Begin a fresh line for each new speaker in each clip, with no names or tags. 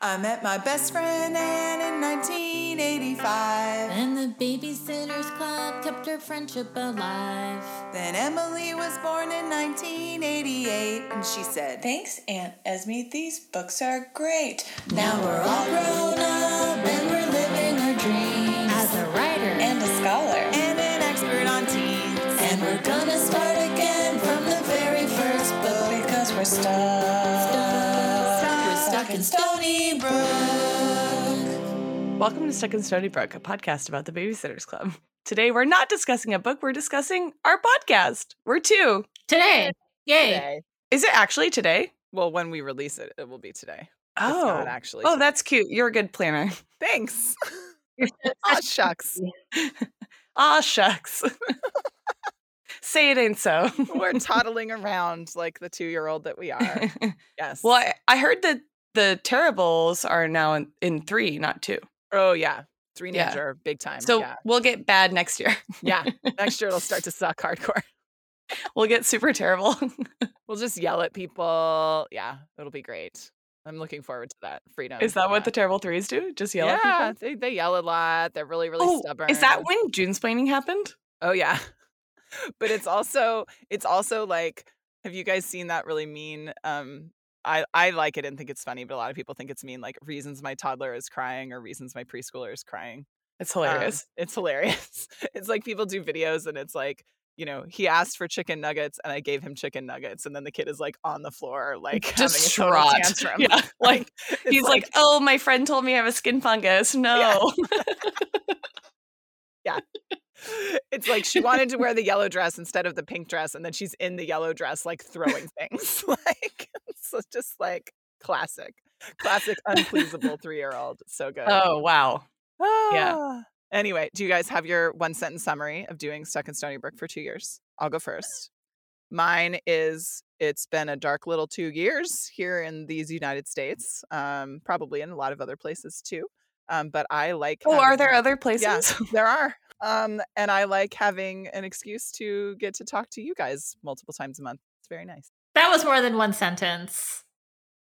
I met my best friend Anne in 1985.
And the Babysitters Club kept our friendship alive.
Then Emily was born in 1988, and she said,
Thanks, Aunt Esme. These books are great.
Now we're all grown up and we're living our dreams. As a writer,
And a scholar.
and an expert on teens.
and we're gonna start again from the very first book.
Because we're stuck.
We're stuck in Stony Brook.
Welcome to Stuck in Stony Brook, a podcast about the Babysitters Club. Today, we're not discussing a book, we're discussing our podcast. We're two.
Today, yay!
Is it actually today?
Well, when we release it, it will be today.
Oh,
it's not actually.
oh,
today.
that's cute. You're a good planner.
thanks. Aw, shucks.
Aw, shucks. Say it ain't so.
We're toddling around like the two-year-old that we are. Yes.
well, I, I heard that the terribles are now in, in three, not two.
Oh yeah, three
Yeah.
ninja are big time.
So
Um, yeah,
we'll get bad next year.
yeah. Next year it'll start to suck hardcore.
We'll get super terrible.
We'll just yell at people. Yeah, it'll be great. I'm looking forward to that freedom.
Is that
from
what the terrible threes do? Just yell
yeah,
at people?
They, they yell a lot. They're really, really
oh,
stubborn.
is that when June's planning happened?
Oh yeah. But it's also it's also like have you guys seen that really mean um I I like it and think it's funny, but a lot of people think it's mean like reasons my toddler is crying or reasons my preschooler is crying.
It's
Um,
hilarious.
it's hilarious. it's like people do videos and it's like you know, he asked for chicken nuggets and I gave him chicken nuggets. And then the kid is like on the floor, like having a total
Distraught.
tantrum.
Yeah, like,
It's
He's like, oh, my friend told me I have a skin fungus. No.
it's like she wanted to wear the yellow dress instead of the pink dress, and then she's in the yellow dress, like throwing things. like so just like classic, classic unpleasable three-year-old. So good.
Oh, wow. yeah.
Ah. Anyway, do you guys have your one sentence summary of doing Stuck in Stony Brook for two years? I'll go first. Mine is it's been a dark little two years here in these United States, um, probably in a lot of other places too. Um, but I like.
Oh, are
having-
there other places?
yeah, there are. Um, and I like having an excuse to get to talk to you guys multiple times a month. It's very nice.
That was more than one sentence,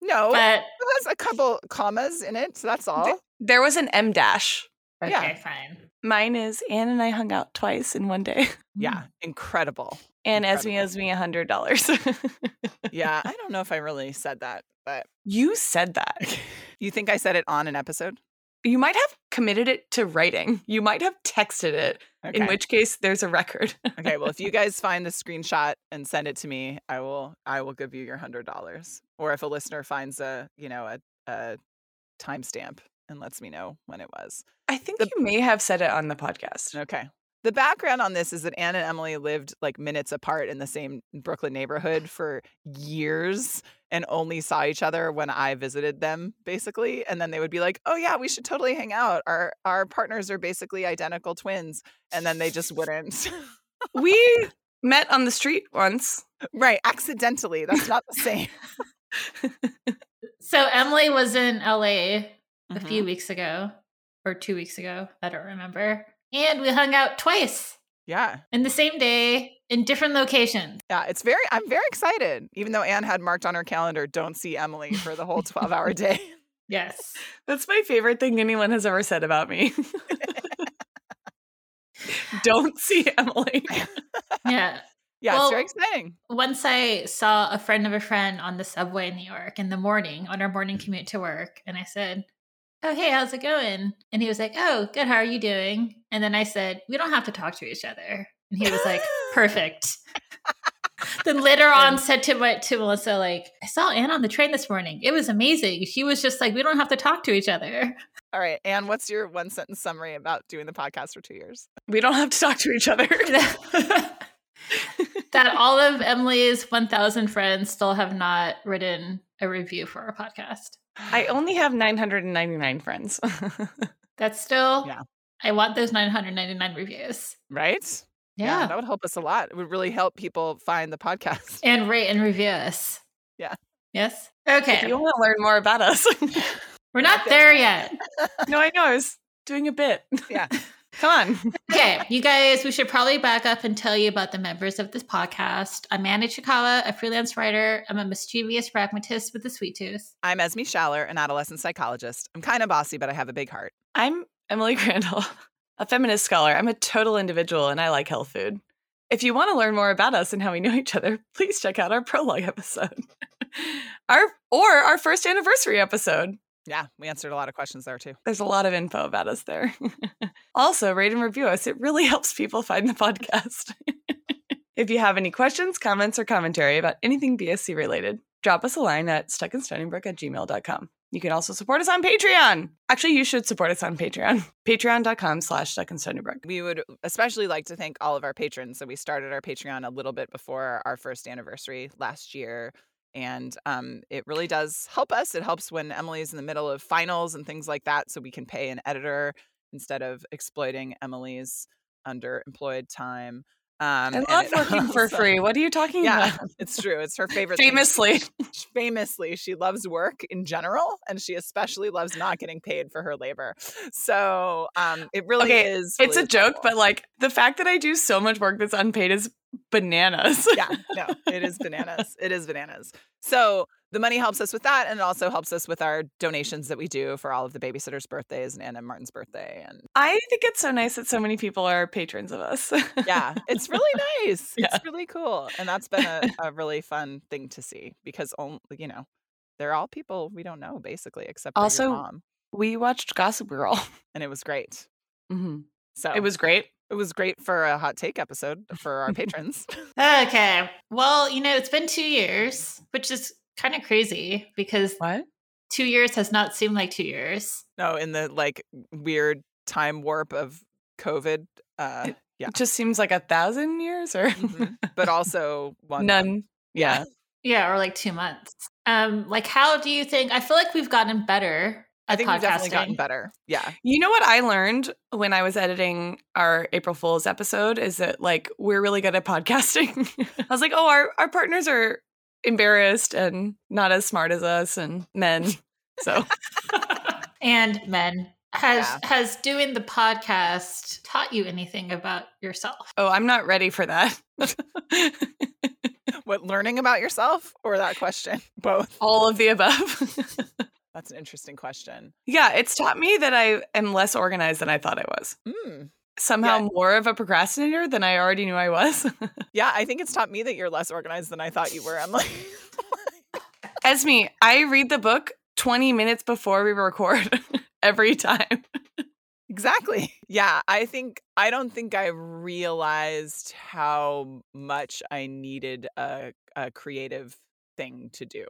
No, it
but
has a couple commas in it. So that's all.
There was an M dash.
okay,
yeah.
fine.
Mine is Anne and I hung out twice in one day.
Yeah, incredible.
And Esme
Incredible.
owes me a hundred dollars.
Yeah, I don't know if I really said that, but
you said that.
you think I said it on an episode?
You might have committed it to writing. You might have texted it,
Okay.
in which case there's a record.
okay, well, if you guys find the screenshot and send it to me, I will. I will give you your hundred dollars. Or if a listener finds a, you know, a, a timestamp and lets me know when it was.
I think
The-
you may have said it on the podcast.
Okay. The background on this is that Anne and Emily lived like minutes apart in the same Brooklyn neighborhood for years and only saw each other when I visited them, basically. And then they would be like, "Oh yeah, we should totally hang out. Our our partners are basically identical twins." And then they just wouldn't.
We met on the street once.
right, accidentally. That's not the same.
So Emily was in LA a
Mm-hmm.
few weeks ago or two weeks ago. I don't remember. And we hung out twice
Yeah.
in the same day in different locations.
Yeah, it's very I'm very excited. Even though Anne had marked on her calendar, "Don't see Emily" for the whole 12-hour day.
Yes.
That's my favorite thing anyone has ever said about me. Don't see Emily.
Yeah.
Yeah,
Well,
it's very exciting.
Once I saw a friend of a friend on the subway in New York in the morning on our morning commute to work. And I said, Oh, hey, how's it going? And he was like, Oh, good. How are you doing? And then I said, We don't have to talk to each other. And he was like, Perfect. then later on said to my to Melissa, like, I saw Anne on the train this morning. It was amazing. She was just like, We don't have to talk to each other.
All right, Anne, what's your one sentence summary about doing the podcast for two years?
We don't have to talk to each other.
that all of Emily's 1,000 friends still have not written a review for our podcast.
I only have 999 friends.
That's still,
Yeah.
I want those 999 reviews.
right?
Yeah.
that would help us a lot. It would really help people find the podcast.
And rate and review us.
Yeah.
Yes.
If
Okay.
you want to learn more about us.
We're not there yet.
no, I know. I was doing a bit.
Yeah. Come on.
Okay, you guys, we should probably back up and tell you about the members of this podcast. I'm Anna Chikala, a freelance writer. I'm a mischievous pragmatist with a sweet tooth.
I'm Esme Schaller, an adolescent psychologist. I'm kind of bossy, but I have a big heart.
I'm Emily Crandall, a feminist scholar. I'm a total individual and I like health food. If you want to learn more about us and how we know each other, please check out our prologue episode. our or our first anniversary episode.
Yeah, we answered a lot of questions there too.
There's a lot of info about us there. also, rate and review us. It really helps people find the podcast. if you have any questions, comments, or commentary about anything BSC related, drop us a line at stuckinstonybrook at gmail.com. You can also support us on Patreon. Actually, you should support us on Patreon. Patreon.com slash stuckinstonybrook.
We would especially like to thank all of our patrons. So we started our Patreon a little bit before our first anniversary last year. And um, it really does help us. It helps when Emily's in the middle of finals and things like that. So we can pay an editor instead of exploiting Emily's underemployed time. Um,
I
and
love
it
working for
also-
free. What are you talking
Yeah,
about?
it's true. It's her favorite. thing to
Famously.
famously she loves work in general and she especially loves not getting paid for her labor so um it really
Okay,
is
It's a
really
joke,
cool.
but like the fact that I do so much work that's unpaid is bananas.
yeah no it is bananas it is bananas so the money helps us with that and it also helps us with our donations that we do for all of the babysitters birthdays and anna martin's birthday and
I think it's so nice that so many people are patrons of us.
yeah it's really nice
Yeah.
it's really cool and that's been a, a really fun thing to see because only you know they're all people we don't know basically except for your
Also-
mom
we watched Gossip Girl.
and it was great
hmm
so
It was great.
It was great for a hot take episode for our patrons.
Okay. Well, you know, it's been two years, which is kind of crazy because
What?
two years has not seemed like two years.
no, in the like weird time warp of COVID, uh, Yeah.
It just seems like a thousand years or
but also one.
Mm-hmm. none.
Yeah.
Yeah, or like two months. Um, like how do you think I feel like we've gotten better at
I think
podcasting?
we've definitely gotten better. Yeah.
You know what I learned when I was editing our April Fool's episode is that like we're really good at podcasting. I was like, oh, our, our partners are embarrassed and not as smart as us and men. So
and men. Has has doing the podcast taught you anything about yourself?
oh, I'm not ready for that.
What learning about yourself or that question? Both.
All of the above.
That's an interesting question.
yeah, it's taught me that I am less organized than I thought I was.
Mm.
Somehow more of a procrastinator than I already knew I was.
Yeah, I think it's taught me that you're less organized than I thought you were, Emily.
Esme, I read the book 20 minutes before we record every time.
Exactly. Yeah, I think I don't think I realized how much I needed a, a creative thing to do.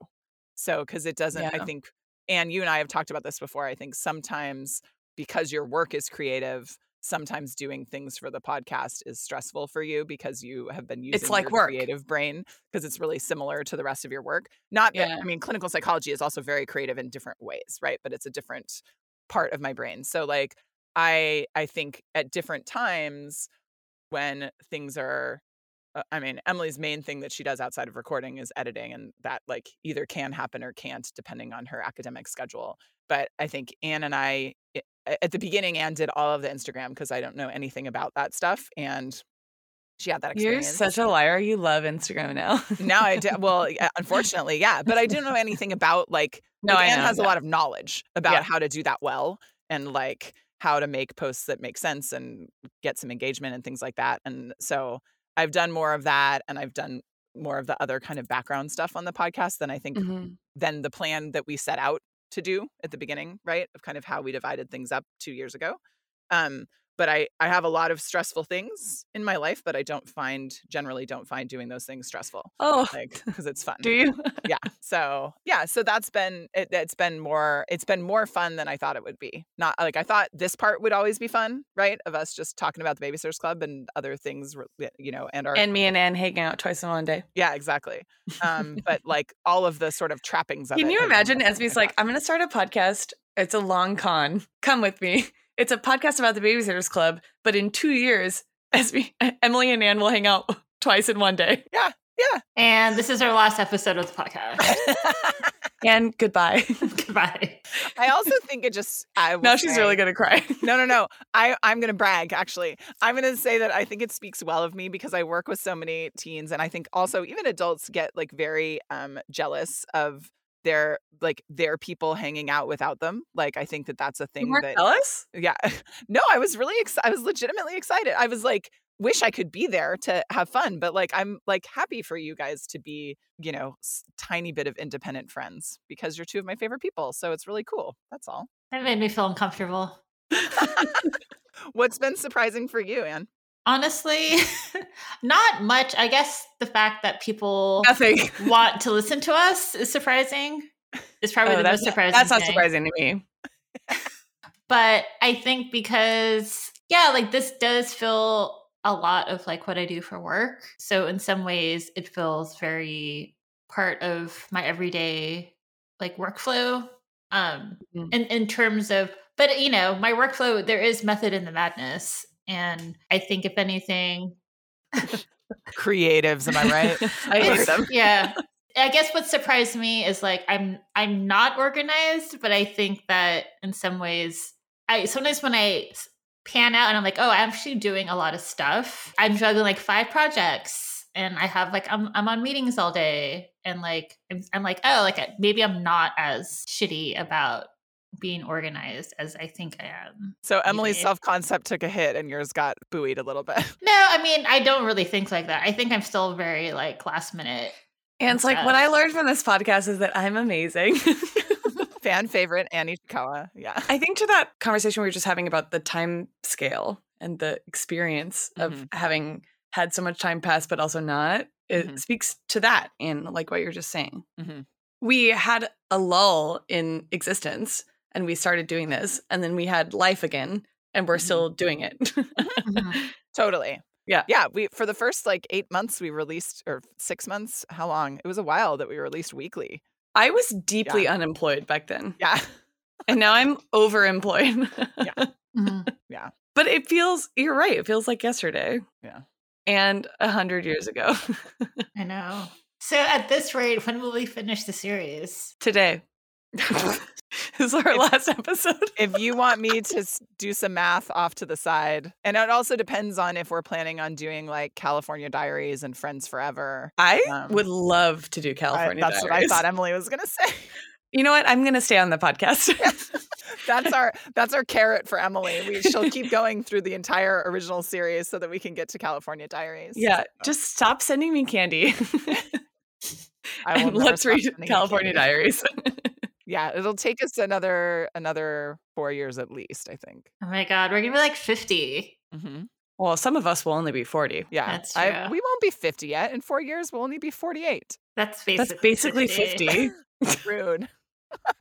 So, because it doesn't, I
Yeah.
think, and you and I have talked about this before. I think sometimes because your work is creative, sometimes doing things for the podcast is stressful for you because you have been using
like
your
work.
creative brain because it's really similar to the rest of your work. Not that,
Yeah.
I mean, clinical psychology is also very creative in different ways, right? But it's a different part of my brain. So, like, I I think at different times when things are uh, I mean Emily's main thing that she does outside of recording is editing and that like either can happen or can't depending on her academic schedule. But I think Anne and I i- a- at the beginning Anne did all of the Instagram because I don't know anything about that stuff and she had that
You're
experience.
such a liar. You love Instagram now.
now I did well yeah, unfortunately yeah but I didn't know anything about like
no,
like,
I
Anne
know.
has a lot of knowledge about
Yeah.
how to do that well and like how to make posts that make sense and get some engagement and things like that. And so I've done more of that and I've done more of the other kind of background stuff on the podcast than I think
Mhm.
than the plan that we set out to do at the beginning, right? Of kind of how we divided things up two years ago. Um, but I, I have a lot of stressful things in my life, but I don't find generally don't find doing those things stressful.
Oh,
Like because it's fun
do you?
yeah so yeah so that's been it, it's been more it's been more fun than i thought it would be not like i thought this part would always be fun right of us just talking about the babysitters club and other things re- yeah, you know and our
And me and Anne hanging out twice in one day.
yeah exactly um but like all of the sort of trappings of
Can
it
you
have been
imagine?
more fun than
Esme's
I
like, I'm going to start a podcast. It's a long con. Come with me. It's a podcast about the Babysitters Club. But in two years, Esme, Emily and Anne will hang out twice in one day.
And this is our last episode of the podcast.
thought.
and goodbye.
Goodbye.
I also think it just. I will
now she's
say-
really gonna cry.
No, no, no. I, I'm going to brag, actually. I'm going to say that I think it speaks well of me because I work with so many teens. And I think also even adults get like very um, jealous of their like their people hanging out without them. Like, I think that that's a thing
Mark
that.
Ellis?
Yeah. No, I was really excited. I was legitimately excited. I was like, wish I could be there to have fun, but like, I'm like happy for you guys to be, you know, s- tiny bit of independent friends because you're two of my favorite people. So it's really cool. That's all.
That made me feel uncomfortable.
What's been surprising for you, Anne?
Honestly, not much. I guess the fact that people
Nothing.
want to listen to us is surprising. It's probably
Oh,
the
that's
most surprising.
That's not
thing.
surprising to me.
But I think because, yeah, like this does feel a lot of like what I do for work. So in some ways, it feels very part of my everyday like workflow. Um,
Mhm.
in, in terms of, but you know, my workflow, there is method in the madness. And I think if anything,
Creatives, am I right?
I hate
It's-
them.
yeah. I guess what surprised me is like I'm I'm not organized, but I think that in some ways I sometimes when I s- pan out and I'm like, oh, I'm actually doing a lot of stuff. I'm juggling like five projects and I have like I'm I'm on meetings all day and like I'm, I'm like, oh, like I- maybe I'm not as shitty about being organized as I think I am.
So Emily's
Maybe.
self concept took a hit and yours got buoyed a little bit.
No, I mean, I don't really think like that. I think I'm still very like last minute.
And it's like what I learned from this podcast is that I'm amazing.
Fan favorite, Annie Chikawa. Yeah.
I think to that conversation we were just having about the time scale and the experience of
Mhm.
having had so much time pass, but also not, it
Mhm.
speaks to that and like what you're just saying.
Mhm.
We had a lull in existence and we started doing this,
Mm-hmm.
and then we had life again, and we're
Mhm.
still doing it. Mm-hmm.
Totally.
Yeah.
Yeah. We for the first like eight months we released or six months, how long? It was a while that we released weekly.
I was deeply unemployed back then,
Yeah.
and now I'm overemployed. Mm-hmm.
Mhm.
but it feels, you're right, it feels like yesterday.
Yeah.
And a hundred years ago
I know. So at this rate, when will we finish the series?
today. is our last episode.
If you want me to s- do some math off to the side, and it also depends on if we're planning on doing like California Diaries and Friends Forever.
I
Um,
would love to do
I-
California.
that's what I
Diaries.
thought Emily was gonna say.
You know what? I'm going to stay on the podcast.
That's our that's our carrot for Emily. We she'll keep going through the entire original series so that we can get to California Diaries.
yeah, just stop sending me candy.
I will
and
never
let's
stop
read
sending you
California
candy.
Diaries.
Yeah, it'll take us another another four years at least. I think.
Oh my god, we're gonna be like fifty.
Mm-hmm.
well, some of us will only be 40.
Yeah,
That's
I,
true.
we won't be fifty yet. In four years, we'll only be forty-eight.
That's basically
That's basically 50.
Rude.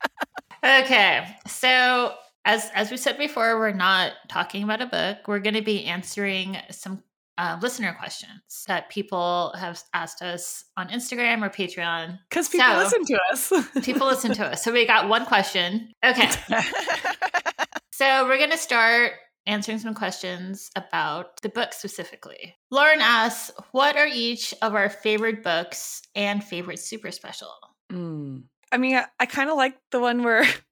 Okay, so as as we said before, we're not talking about a book. We're gonna be answering some uh, listener questions that people have asked us on Instagram or Patreon.
Because people
So-
listen to us.
People listen to us, so we got one question. Okay, So we're going to start answering some questions about the book specifically. Lauren asks, "What are each of our favorite books and favorite super special?"
Mm. I mean, I, I kind of like the one where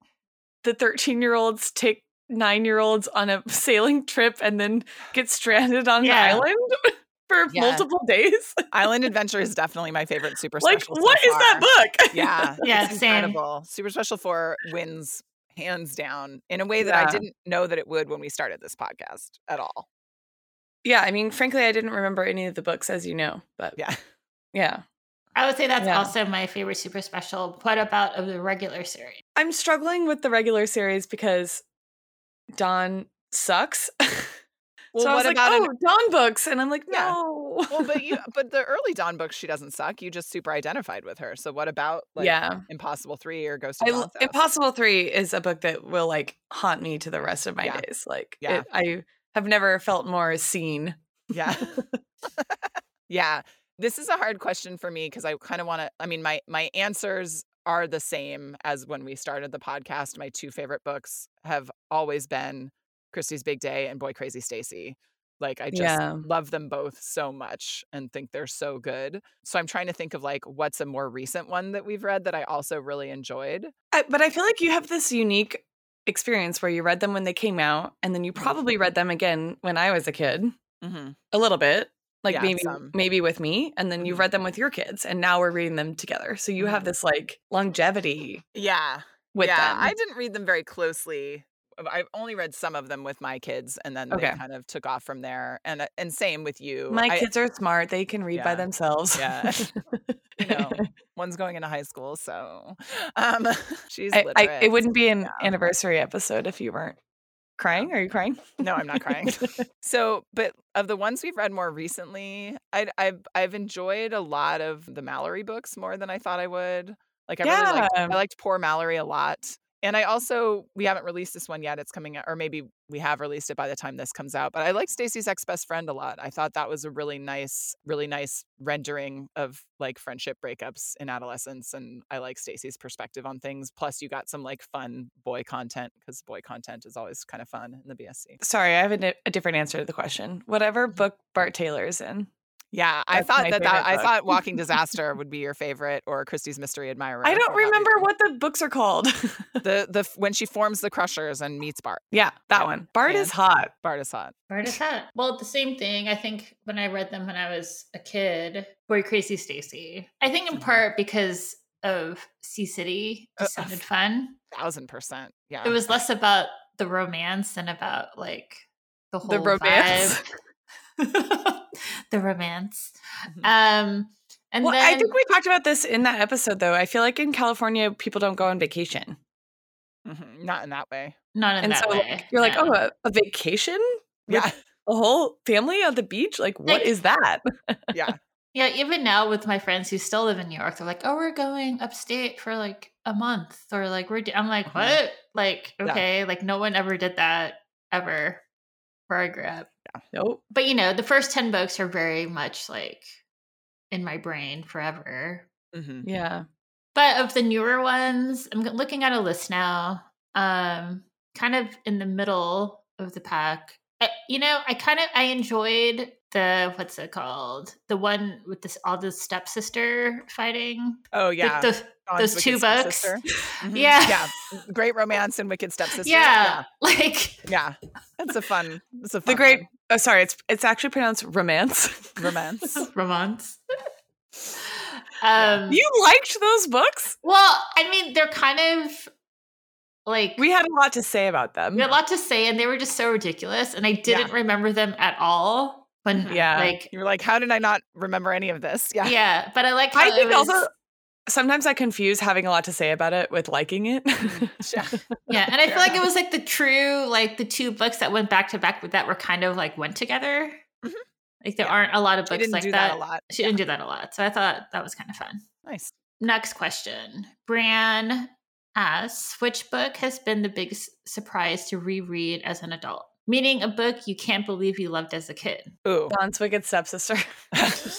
the 13 year olds take nine year olds on a sailing trip and then get stranded on
Yeah.
an island for
Yeah.
multiple days.
Island Adventure is definitely my favorite super
like,
special. so
what is
far.
that book?
Yeah,
Yeah,
it's
same.
incredible. Super Special Four wins hands down in a way that I
Yeah.
didn't know that it would when we started this podcast at all.
Yeah, I mean, frankly, I didn't remember any of the books, as you know, but
Yeah.
yeah.
I would say that's
Yeah.
also my favorite super special. What about of the regular series?
I'm struggling with the regular series because Don sucks.
Well,
so I was like,
what about
oh,
an-
Don books, and I'm like,
Yeah.
no.
"Oh." well, but you, but the early Dawn books, she doesn't suck. You just super identified with her. So what about like
yeah,
Impossible Three or Ghost of
I,
Dawn's House?
Impossible Three is a book that will like haunt me to the rest of my
Yeah.
days. Like,
Yeah.
it- I have never felt more seen.
Yeah. yeah. This is a hard question for me because I kind of want to I mean my my answers are the same as when we started the podcast. My two favorite books have always been Christie's Big Day and Boy Crazy Stacy. Like I just
Yeah.
love them both so much and think they're so good. So I'm trying to think of like what's a more recent one that we've read that I also really enjoyed.
I, but I feel like you have this unique experience where you read them when they came out, and then you probably read them again when I was a kid,
Mm-hmm.
a little bit, like
Yeah,
maybe
some.
maybe with me, and then you
Mhm.
read them with your kids, and now we're reading them together. So you have
Mhm.
this like longevity
Yeah.
with
yeah,
them.
I didn't read them very closely. Uh, I've only read some of them with my kids, and then
Okay.
they kind of took off from there. And uh, and same with you.
My
I-
kids are smart; they can read
Yeah.
by themselves.
Yeah. you know, one's going into high school, so um, she's
I,
literate.
I, it wouldn't be an
Yeah.
anniversary episode if you weren't crying. Are you crying?
No, I'm not crying. so, but of the ones we've read more recently, I, I've I've enjoyed a lot of the Mallory books more than I thought I would. Like I really liked,
Yeah.
I liked Poor Mallory a lot, and I also we haven't released this one yet. It's coming out, or maybe we have released it by the time this comes out. But I liked Stacy's ex best friend a lot. I thought that was a really nice, really nice rendering of like friendship breakups in adolescence, and I like Stacy's perspective on things. Plus, you got some like fun boy content because boy content is always kind of fun in the BSC.
Sorry, I have a, di- a different answer to the question. Whatever
Mm-hmm.
book Bart Taylor is in,
Yeah, I
That's
thought
my
that, that
favorite
I
book.
thought Walking Disaster would be your favorite or Christie's Mystery Admirer.
I don't
probably.
remember what the books are called.
the the f- when she forms the Crushers and meets Bart.
yeah, that
Yeah.
one. Bart is
And-
hot.
Bart is hot.
Where does that? Well, the same thing. I think when I read them when I was a kid, were Crazy Stacy. I think in part because of Sea City just
Uh, uh,
sounded fun.
Thousand percent. Yeah.
It was less about the romance and about like the whole
romance.
vibe. the romance.
Mhm.
Um, and
Mm-hmm. well,
then
I think we talked about this in that episode, though. I feel like in California, people don't go on vacation,
Mhm, Not in that way.
not in
and
that
so like,
way.
you're like,
no.
oh, a, a vacation, With-
Yeah.
a whole family on the beach. Like, what
Like-
is that?
Yeah.
Yeah, even now with my friends who still live in New York, they're like, "Oh, we're going upstate for like a month," or like we're. Do-. I'm like,
Mm-hmm.
Mhm.
"What?" Like,
Yeah.
okay, like no one ever did that ever where I grew up.
Nope.
But you know, the first ten books are very much like in my brain forever.
hmm
Yeah.
But of the newer ones, I'm g- looking at a list now. Um, kind of in the middle of the pack. I, you know, I kind of I enjoyed the what's it called? The one with this all the stepsister fighting.
Oh
Like,
yeah.
the-
Dawn's
those
Wicked
two books.
Stepsister. Mhm,
Yeah.
Yeah. Great romance and wicked stepsister.
yeah, Like
Yeah. yeah. That's a fun. That's a fun
The great.
one.
Oh, sorry. It's it's actually pronounced romance.
romance.
romance.
Yeah.
Um
you liked those books?
well, I mean, they're kind of like
We had a lot to say about them.
we had a lot to say and they were just so ridiculous and I didn't remember them at all when
Yeah.
like
You're like, how did I not remember any of this? Yeah.
yeah, but I like how
I
it
think
was-
also sometimes I confuse having a lot to say about it with liking it.
Yeah.
Yeah, and I
Fair
feel like it was like the true like the two books that went back to back but that were kind of like went together.
Mhm.
Like there
Yeah.
aren't a lot of
She
books
didn't
like
do
that.
that a lot.
She didn't do that a lot. So I thought that was kind of fun.
Nice.
Next question. Bran asks, which book has been the biggest surprise to reread as an adult? Meaning a book you can't believe you loved as a kid.
Ooh.
Don's Wicked Stepsister.
Oh,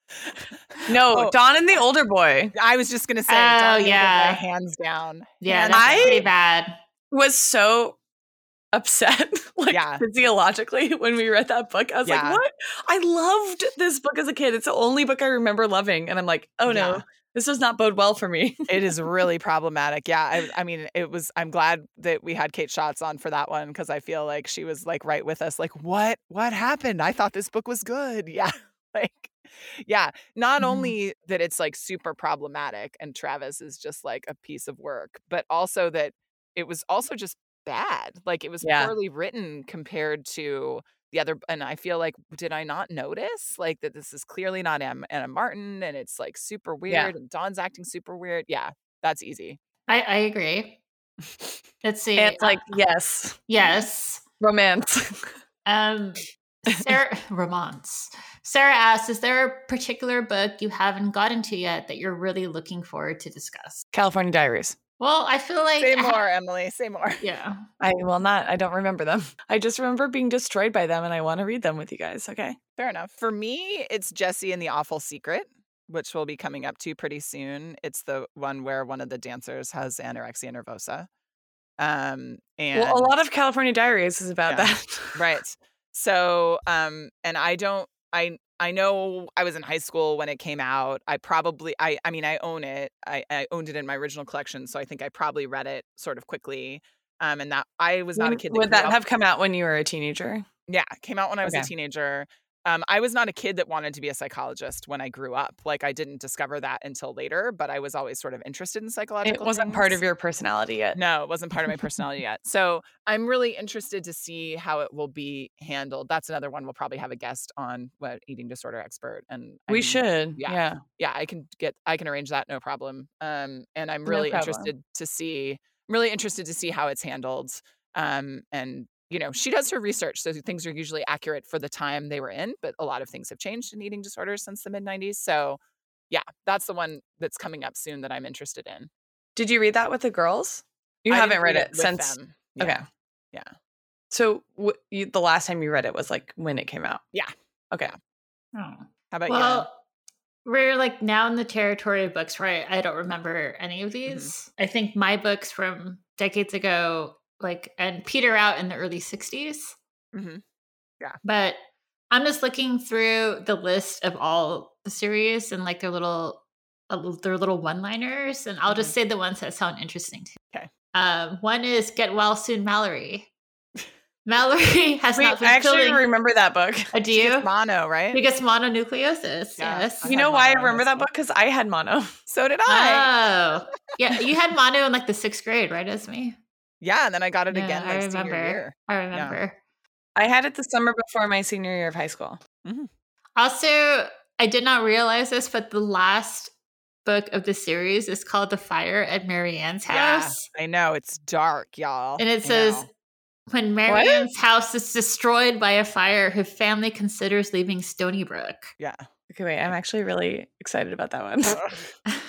No, Don and the Older Boy
I was just gonna say,
Oh,
Donnie Hathaway,
yeah.
hands down.
Yeah,
Hands
that's
I-
pretty bad.
was so upset, like
Yeah.
physiologically, when we read that book. I was
Yeah.
like, what? I loved this book as a kid. It's the only book I remember loving. And I'm like, oh no,
Yeah.
this does not bode well for me.
it is really problematic. Yeah, I, I mean, it was. I'm glad that we had Kate Schatz on for that one because I feel like she was like right with us. Like, what? What happened? I thought this book was good. Yeah, like, yeah. Not
Mhm.
only that it's like super problematic, and Travis is just like a piece of work, but also that it was also just bad. Like, it was
Yeah.
poorly written compared to the other and i feel like did i not notice like that this is clearly not Am- anna martin and it's like super weird
Yeah.
and don's acting super weird yeah that's easy
I, I agree. Let's see.
And like, yes,
yes.
romance.
Um Sarah Romance. Sarah asks, is there a particular book you haven't gotten to yet that you're really looking forward to discuss?
California Diaries.
Well, I feel like
say
I ha-
more emily say more
Yeah.
I will not. I don't remember them. I just remember being destroyed by them and I want to read them with you guys. Okay.
fair enough for me it's jesse and the awful secret which we'll be coming up to pretty soon it's the one where one of the dancers has anorexia nervosa Um, and
Well, a lot of California Diaries is about
Yeah.
that.
right so um and i don't i i know i was in high school when it came out i probably i i mean i own it i i owned it in my original collection so i think i probably read it sort of quickly um and that i was not a
When
kid that
Would
grew
that
up-
have come out when you were a teenager?
yeah it came out when i was a
Okay.
teenager um, I was not a kid that wanted to be a psychologist when I grew up. Like I didn't discover that until later, but I was always sort of interested in
It
psychological.
wasn't part
things.
of your personality yet.
No, it wasn't part of my personality yet. So I'm really interested to see how it will be handled. That's another one we'll probably have a guest on, what eating disorder expert, and I
we
can-
should.
yeah.
Yeah.
Yeah, I can get, I can arrange that, no problem. Um, and I'm
No
really
problem.
interested to see, I'm really interested to see how it's handled. Um, and you know, she does her research, so things are usually accurate for the time they were in. But a lot of things have changed in eating disorders since the mid '90s. So, yeah, that's the one that's coming up soon that I'm interested in.
Did you read that with the girls? You
I didn't
haven't read, it,
with
since.
them.
Okay.
Yeah. Yeah.
So w- you, the last time you read it was like when it came out.
Yeah.
Okay.
Oh.
How about you? Anna?
Well, we're like now in the territory of books where I, I don't remember any of
Mm-hmm.
these. I think my books from decades ago, like, and peter out in the early 60s.
Mm-hmm.
Mhm. Yeah.
But I'm just looking through the list of all the series and like their little. uh, Their little one-liners, and I'll just
Mm-hmm.
say the ones that sound interesting to me.
Okay.
Um, one is "Get Well Soon, Mallory." Mallory has
Wait,
not
I
been
actually
feeling.
remember that book.
Uh, do
She gets
you?
mono, right?
Because mononucleosis.
Yeah.
Yes.
I
You
had
know why I
mono in high
remember that
school.
book? Because I had mono.
so did I.
Oh, yeah. You had mono in like the sixth grade, right, Esme?
yeah, and then I got it
Yeah,
again
I
like senior
remember.
year.
I remember.
I had it the summer before my senior year of high school.
Also, I did not realize this, but the last book of the series is called The Fire at Marianne's
Yeah.
House.
I know it's dark, y'all.
And it
I
says
know.
when Marianne's house is destroyed by a fire, her family considers leaving Stony Brook.
Okay, wait. I'm actually really excited about that one.
Oh,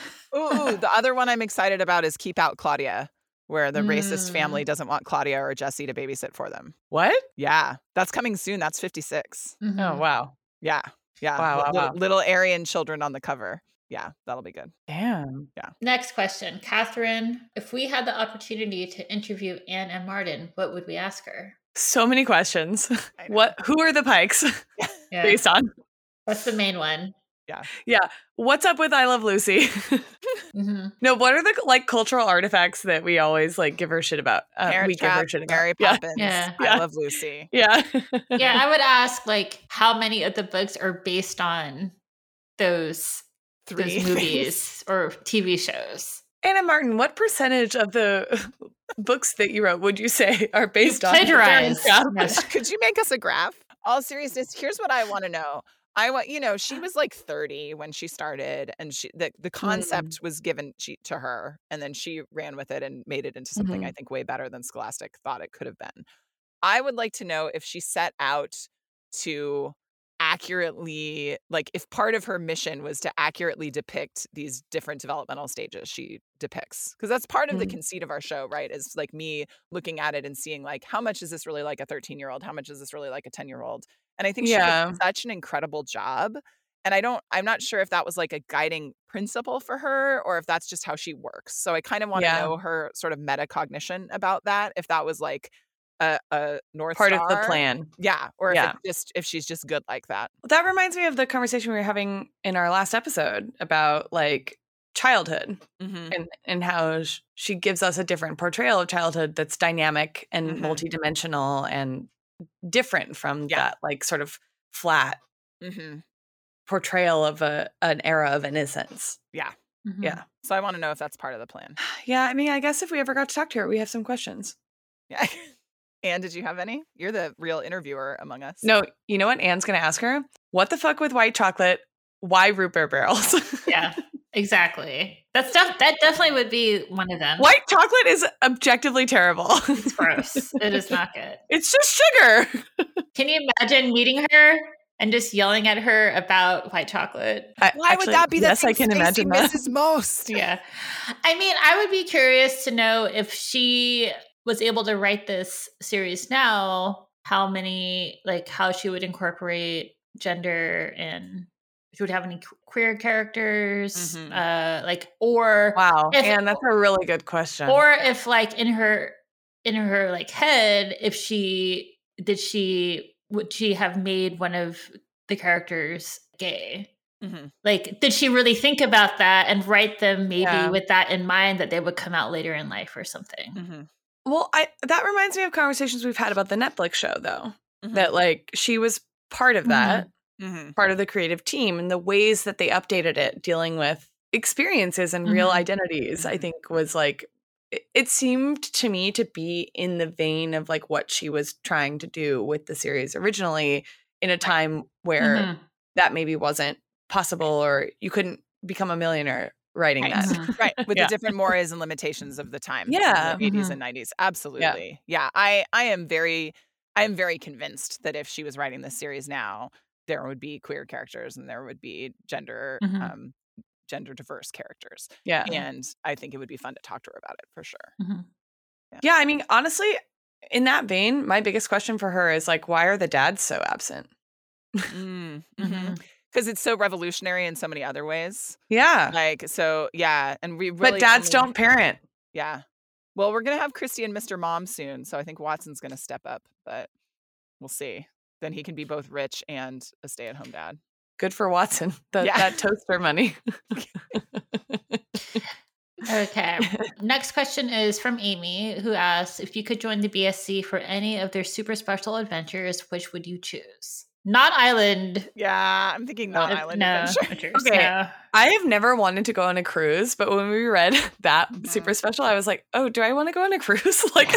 ooh, ooh, the other one I'm excited about is Keep Out Claudia, where the racist
Mm.
family doesn't want Claudia or Jesse to babysit for them.
what?
Yeah, that's coming soon. That's 56.
Oh
Mhm.
wow.
Yeah, yeah.
Wow,
li-
wow,
li-
wow.
Little Aryan children on the cover. Yeah, that'll be good.
Damn.
Next question. Catherine, if we had the opportunity to interview Anne and Martin, what would we ask her?
So many questions.
I know.
What? Who are the Pikes
Yeah.
based on?
That's the main one.
What's up with I Love Lucy?
hmm
no, what are the like cultural artifacts that we always like give her shit about? Uh,
Parent
we
Trap,
give her shit about.
Mary
Yeah.
Poppins.
Yeah.
I
Yeah.
love Lucy.
Yeah.
Yeah, I would ask like how many of the books are based on those
Three
those
things.
movies or TV shows.
Anna Martin, what percentage of the books that you wrote would you say are based on
plagiarized.
Yeah.
Yes.
Could you make us a graph? All seriousness, here's what I want to know. I want you know she was like 30 when she started, and she the the concept was given she, to her, and then she ran with it and made it into something I think way better than Scholastic thought it could have been. I would like to know if she set out to accurately like if part of her mission was to accurately depict these different developmental stages she depicts because that's part of the
Mhm.
conceit of our show right is like me looking at it and seeing like how much is this really like a 13 year old how much is this really like a 10 year old and i think she
Yeah.
did such an incredible job and i don't i'm not sure if that was like a guiding principle for her or if that's just how she works so i kind of want to
Yeah.
know her sort of metacognition about that if that was like a, a north
Part of the
Star.
plan.
Yeah, or
Yeah.
if it's just if she's just good like that.
That reminds me of the conversation we were having in our last episode about like childhood
Mm-hmm.
and and how sh- she gives us a different portrayal of childhood that's dynamic and
Mhm.
multidimensional and different from
Yeah.
that like sort of flat
Mm-hmm.
portrayal of a an era of innocence.
Mhm.
Yeah.
So I want to know if that's part of the plan.
Yeah, I mean, I guess if we ever got to talk to her, we have some questions.
Yeah. Anne, did you have any? You're the real interviewer among us.
No, you know what Anne's going to ask her? What the fuck with white chocolate? Why root beer barrels?
Yeah. Exactly. That stuff that definitely would be one of them.
white chocolate is objectively terrible.
It's gross. it is not good.
it's just sugar.
Can you imagine meeting her and just yelling at her about white chocolate?
I-
Why
actually,
would that be the
yes,
thing
I can
Stacey
imagine that.
misses most?
yeah. I mean, I would be curious to know if she was able to write this series now, how many, like, how she would incorporate gender and if she would have any qu- queer characters,
Mhm.
uh, like, or,
Wow,
If-
Anne, that's a really good question.
or if, like, in her in her like head if she did she would she have made one of the characters gay
Mhm.
like did she really think about that and write them maybe
Yeah.
with that in mind that they would come out later in life or something
Mhm.
Well, I that reminds me of conversations we've had about the Netflix show though.
Mhm.
That like she was part of that,
Mhm.
part of the creative team and the ways that they updated it dealing with experiences and real
Mhm.
identities, I
Mhm.
think was like it- it seemed to me to be in the vein of like what she was trying to do with the series originally in a time where
Mm-hmm.
Mhm.
that maybe wasn't possible or you couldn't become a millionaire writing
Right. Mm-hmm.
that.
Mhm.
right with
Yeah.
the different mores and limitations of the time
Yeah.
in the 80s
Mhm.
and 90s absolutely yeah. i i am very i am very convinced that if she was writing this series now there would be queer characters and there would be gender
Mhm.
um gender diverse characters
Mm-hmm. Yeah.
and i think it would be fun to talk to her about it for sure
Yeah, I mean, honestly, in that vein, my biggest question for her is like, why are the dads so absent? Mm-hmm.
Mm-hmm.
Mhm.
Because it's so revolutionary in so many other ways.
Yeah.
Like, so yeah, and we really
but dads
only-
don't parent.
Yeah. Well, we're gonna have Christy and Mr. Mom soon, so I think Watson's gonna step up, but we'll see. Then he can be both rich and a stay-at-home dad.
Good for Watson. The,
Yeah.
That toaster money.
okay next question is from amy who asks if you could join the bsc for any of their super special adventures which would you choose not island
Yeah, I'm thinking
Uh,
not
ad-
island
no
adventure.
adventures,
Okay.
no.
I have never wanted to go on a cruise, but when we read that
Mhm.
super special, I was like, oh, do I want to go on a cruise? like,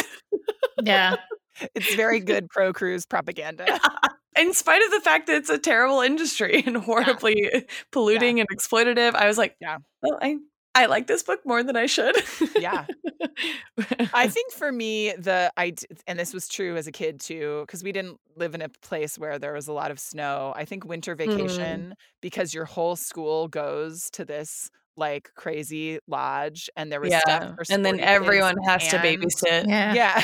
yeah
It's very good pro cruise propaganda.
in spite of the fact that it's a terrible industry and horribly polluting and exploitative, I was like,
Yeah.
well, I, I like this book more than I should.
Yeah. I think for me, the I and this was true as a kid too, because we didn't live in a place where there was a lot of snow. I think winter vacation because your whole school goes to this like crazy lodge, and there was
yeah.
stuff for
And then
sporty kids
everyone has to
and-
babysit.
yeah
Yeah,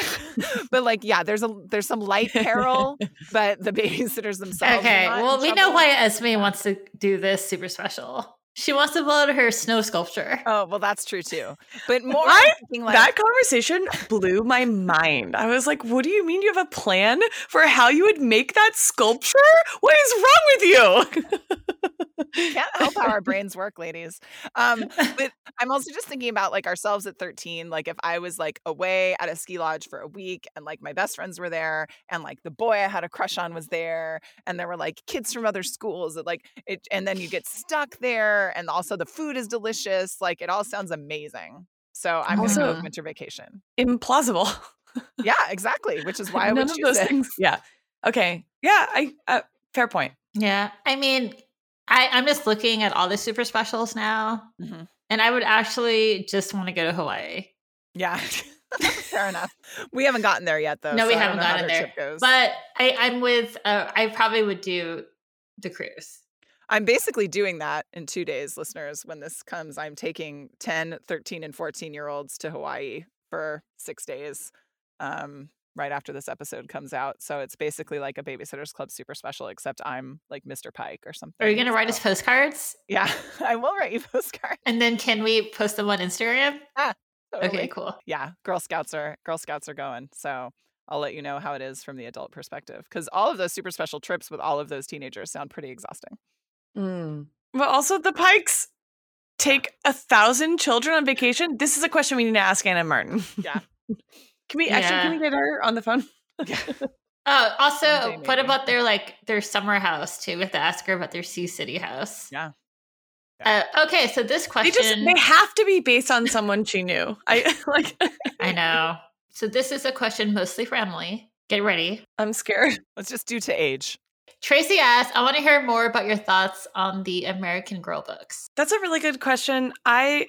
but like, yeah, there's a there's some light peril, but the babysitters themselves. are
Okay.
not in
Well, we know
trouble.
why Esme wants to do this super special. She wants to build her snow sculpture.
Oh well, that's true too. But more I'm
Why?
thinking, like,
that conversation blew my mind. I was like, what do you mean you have a plan for how you would make that sculpture? What is wrong with you?
can't help how our brains work, ladies. Um, but I'm also just thinking about like ourselves at 13. Like if I was like away at a ski lodge for a week and like my best friends were there and like the boy I had a crush on was there and there were like kids from other schools that like it and then you get stuck there and also the food is delicious. Like it all sounds amazing. So I'm gonna go
Also-
with winter vacation.
Implausible.
Yeah, exactly. Which is why I would
None of
choose
those
it.
things. Yeah. Okay. Yeah. I uh, fair point.
Yeah. I mean, I, I'm just looking at all the super specials now,
Mhm.
and I would actually just want to go to Hawaii.
Yeah. Fair enough. We haven't gotten there yet though.
no, we
so I
haven't
don't know how
gotten
their
there.
trip goes.
But I, I'm with. Uh, I probably would do the cruise.
I'm basically doing that in two days, listeners. When this comes, I'm taking 10, 13, and 14 year olds to Hawaii for six days um, right after this episode comes out. So it's basically like a Babysitter's Club super special, except I'm like Mr. Pike or something.
Are you going to write us
so-
postcards?
Yeah, I will write you postcards.
And then can we post them on Instagram? Okay,
totally.
cool.
Yeah, Girl Scouts are Girl Scouts are going. So I'll let you know how it is from the adult perspective because all of those super special trips with all of those teenagers sound pretty exhausting.
But also the Pikes take a thousand children on vacation. This is a question we need to ask Anna Martin.
Yeah.
Can we actually can we get her on the phone?
Oh,
Someday,
also, what
maybe.
about their like their summer house too? We have to ask her about their Sea City house.
Yeah.
Uh, okay, so this
They
question,
just they have to be based on someone she knew. I like
I know. So this is a question mostly for Emily. Get ready.
I'm scared.
Let's just do to age.
Tracy asks, "I want to hear more about your thoughts on the American Girl books."
That's a really good question. I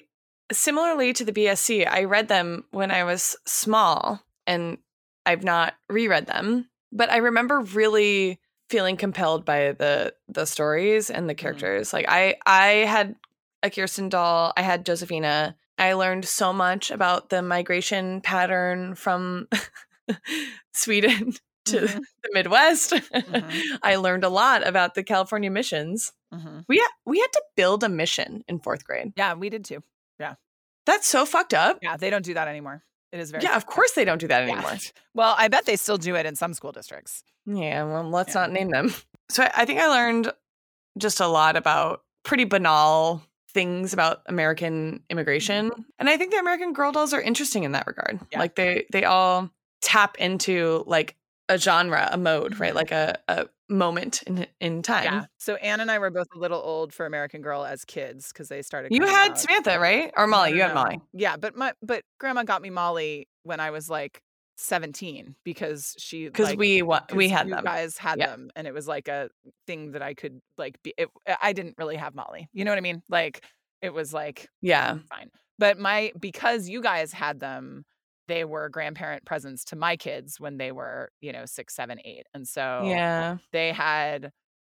similarly to the BSC, I read them when I was small and I've not reread them, but I remember really feeling compelled by the the stories and the characters. Like I I had a Kirsten doll, I had Josephina. I learned so much about the migration pattern from Sweden to
Mhm.
the Midwest.
Mhm.
I learned a lot about the California missions.
Mhm.
We we had to build a mission in fourth grade.
Yeah, we did too.
That's so fucked up.
Yeah, they don't do that anymore. It is very
yeah, of course they don't do that anymore.
Yeah. Well, I bet they still do it in some school districts.
Yeah, well, let's
Yeah.
not name them. So I, I think I learned just a lot about pretty banal things about American immigration, and I think the American Girl dolls are interesting in that regard.
Mm-hmm. Yeah.
Like they they all tap into like a genre, a mode, right? Like a a moment in in time.
Mm-hmm. Yeah. So Anne and I were both a little old for American Girl as kids because they started.
You
coming
had
out.
Samantha, right? Or Molly?
no,
You had
no.
Molly.
Yeah, but my but grandma got me Molly when I was like 17 because she
Because
like,
we wa-
'cause
we had
you
them.
guys had
Yeah.
them and it was like a thing that I could like be it, I didn't really have Molly. You know what I mean? Like it was like
Yeah.
fine. But my because you guys had them, they were grandparent presents to my kids when they were, you know, six, seven, eight. And so
Yeah.
they had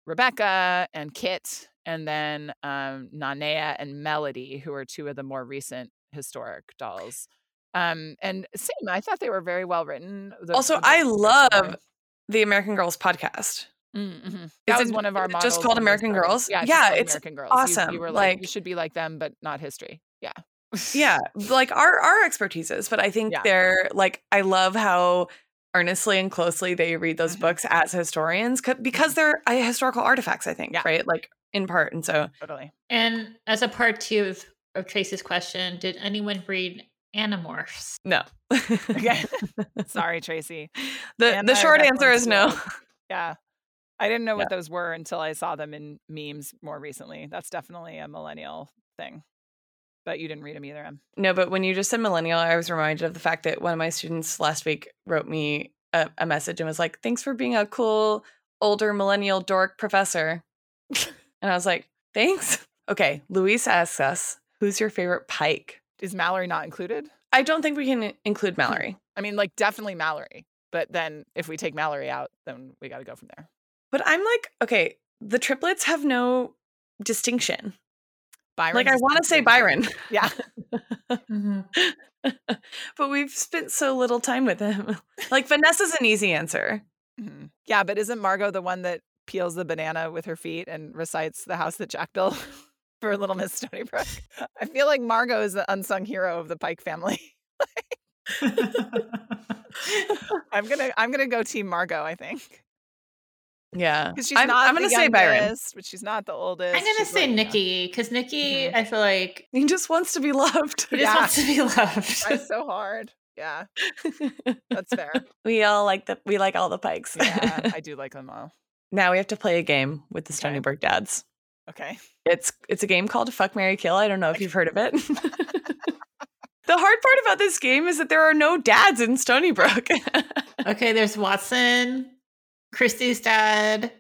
Rebecca and Kit, and then um, Nanea and Melody, who are two of the more recent historic dolls. Um, and same, I thought they were very well written. the-
Also,
the
I
books are-
love the American Girls podcast.
Mm, mhm.
It's
That was
in-
one of our
is it just
models
called
when we
American
started.
Girls?
Yeah, it's,
Yeah,
just called
it's
American Girls. You- You,
awesome,
were like, you
like-
should be like them, but not history. Yeah,
yeah like our our expertise is but i think
Yeah.
they're like i love how earnestly and closely they read those
Mhm.
books as historians 'cause- because they're uh, historical artifacts i think
Mm-hmm. Yeah.
right like in part and so
totally.
And as a part two of, of Tracy's question, did anyone read Animorphs?
no
Okay, sorry, Tracy.
the
And
the
I
short
definitely
answer is no
feel- Yeah. I didn't know what those were until I saw them in memes more recently. That's definitely a millennial thing. But you didn't read them either. um. Em.
no but when you just said millennial i was reminded of the fact that one of my students last week wrote me a, a message and was like thanks for being a cool older millennial dork professor and i was like thanks okay luis asks us who's your favorite pike
Is Mallory not included?
I don't think we can include
Hmm.
Mallory.
I mean, like definitely Mallory. But then if we take Mallory out, then we got to go from there.
But I'm like, okay, the triplets have no distinction.
Byron.
like, I
just
want to
seems
say
like-
Byron,
Yeah. Mm-hmm.
Mhm.
but we've spent so little time with him. Like, Vanessa's an easy answer. Mm-hmm.
Mhm. Yeah. But isn't Margot the one that peels the banana with her feet and recites the house that Jack built for Little Miss Stony Brook? I feel like Margot is the unsung hero of the Pike family. I'm gonna I'm gonna go team Margot. I think
Yeah.
because she's
I'm-
not.
I'm
the
gonna say Byron.
youngest, but she's not the oldest.
I'm gonna
she's
say
like- yeah. Mm-hmm.
Nikki because Nikki, I feel like
He just wants to be loved.
he just
Yeah.
wants to be loved.
Tries so hard. Yeah, that's fair.
we all like the we like all the pikes.
Yeah, I do like them all.
now we have to play a game with the
Okay.
Stony Brook dads.
Okay.
It's it's a game called Fuck Mary Kill. I don't know if you've heard of it. the hard part about this game is that there are no dads in Stony Brook.
okay, there's Watson, Christie's dad,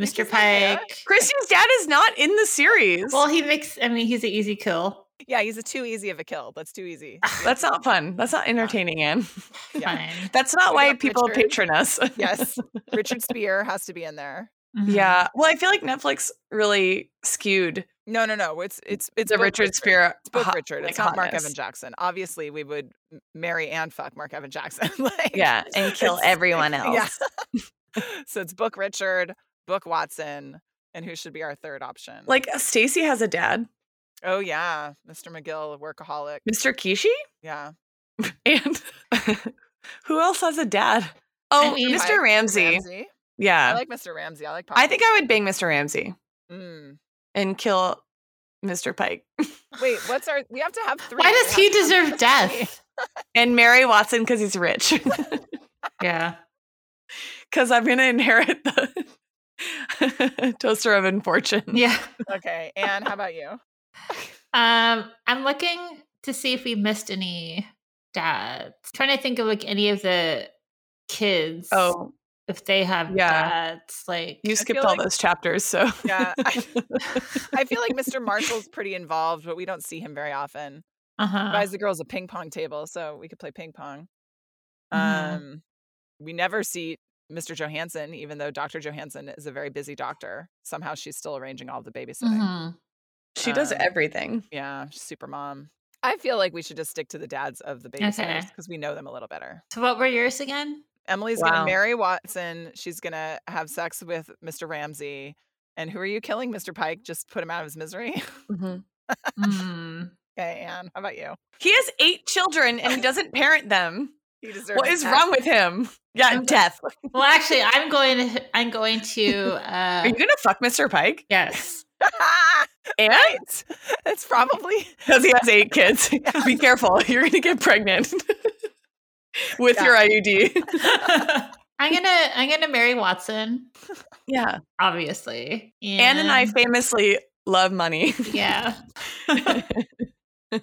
Mr.
Nikki's not there.
Pike.
Christian's dad is not in the series.
Well, he makes. I mean, he's an easy kill.
Yeah, he's a too easy of a kill. That's too easy.
Ah, That's not fun. That's not entertaining, Anne.
Yeah.
Fine.
That's not
We
why
got Mm-hmm.
people
Richard.
patron us.
Yes, Richard Spear has to be in there.
Mhm.
yeah. Well, I feel like Netflix really skewed
No, no, no. It's it's it's
the
both
Richard Spear.
It's both
hot-
Richard.
like,
It's not Mark
hotness.
Evan Jackson. Obviously, we would m- marry and fuck Mark Evan Jackson. like,
Yeah, and kill
it's-
everyone else.
yeah. so it's book Richard, book Watson, and who should be our third option?
Like Stacy has a dad,
oh yeah, Mr. McGill, a workaholic.
Mr. Kishi,
Yeah,
and who else has a dad? Oh,
mean,
Mr.
Mike
Ramsey.
Ramsey. Oh,
Yeah.
I
I,
like Mr. Ramsey. I like. Pop.
think I would bang Mr. Ramsey
Mm.
and kill Mr. Pike
Wait, what's our? We have to have three.
Why
We
does
have
he
to have
deserve
three.
death?
and marry Watson because he's rich.
Yeah.
Because I'm going to inherit the toaster oven fortune.
Yeah.
Okay, and how about you?
Um, I'm looking to see if we missed any dads. trying to think of like any of the kids.
Oh,
if they have
Yeah.
dads, like
you skipped
feel
all
like-
those chapters, so
Yeah, I, I feel like Mr. Marshall's pretty involved, but we don't see him very often.
uh-huh.
Buys the girls a ping pong table, so we could play ping pong.
Mhm.
Um, we never see Mr. Johansson, even though Dr. Johansson is a very busy doctor. Somehow she's still arranging all the babysitting.
Mhm.
she does
Um,
everything.
Yeah, super mom. I feel like we should just stick to the dads of the babysitters
Okay.
because we know them a little better.
So what were yours again?
Emily's
Wow.
gonna marry Watson. She's gonna have sex with Mr. Ramsey. And who are you killing, Mr. Pike? Just put him out of his misery.
Mhm.
Mm.
Okay, Anne, how about you?
He has eight children and he doesn't parent them.
You deserve
What
a
is
pass.
wrong with him? Yeah,
I'm-
death.
Well, actually, I'm going to. I'm going to.
Are
Uh,
you gonna fuck Mr. Pike?
yes.
And
right. It's probably
because he has eight kids, be careful. You're gonna get pregnant with your IUD.
I'm gonna. I'm gonna marry Watson.
Yeah.
Obviously. And,
Anne and I famously love money.
Yeah.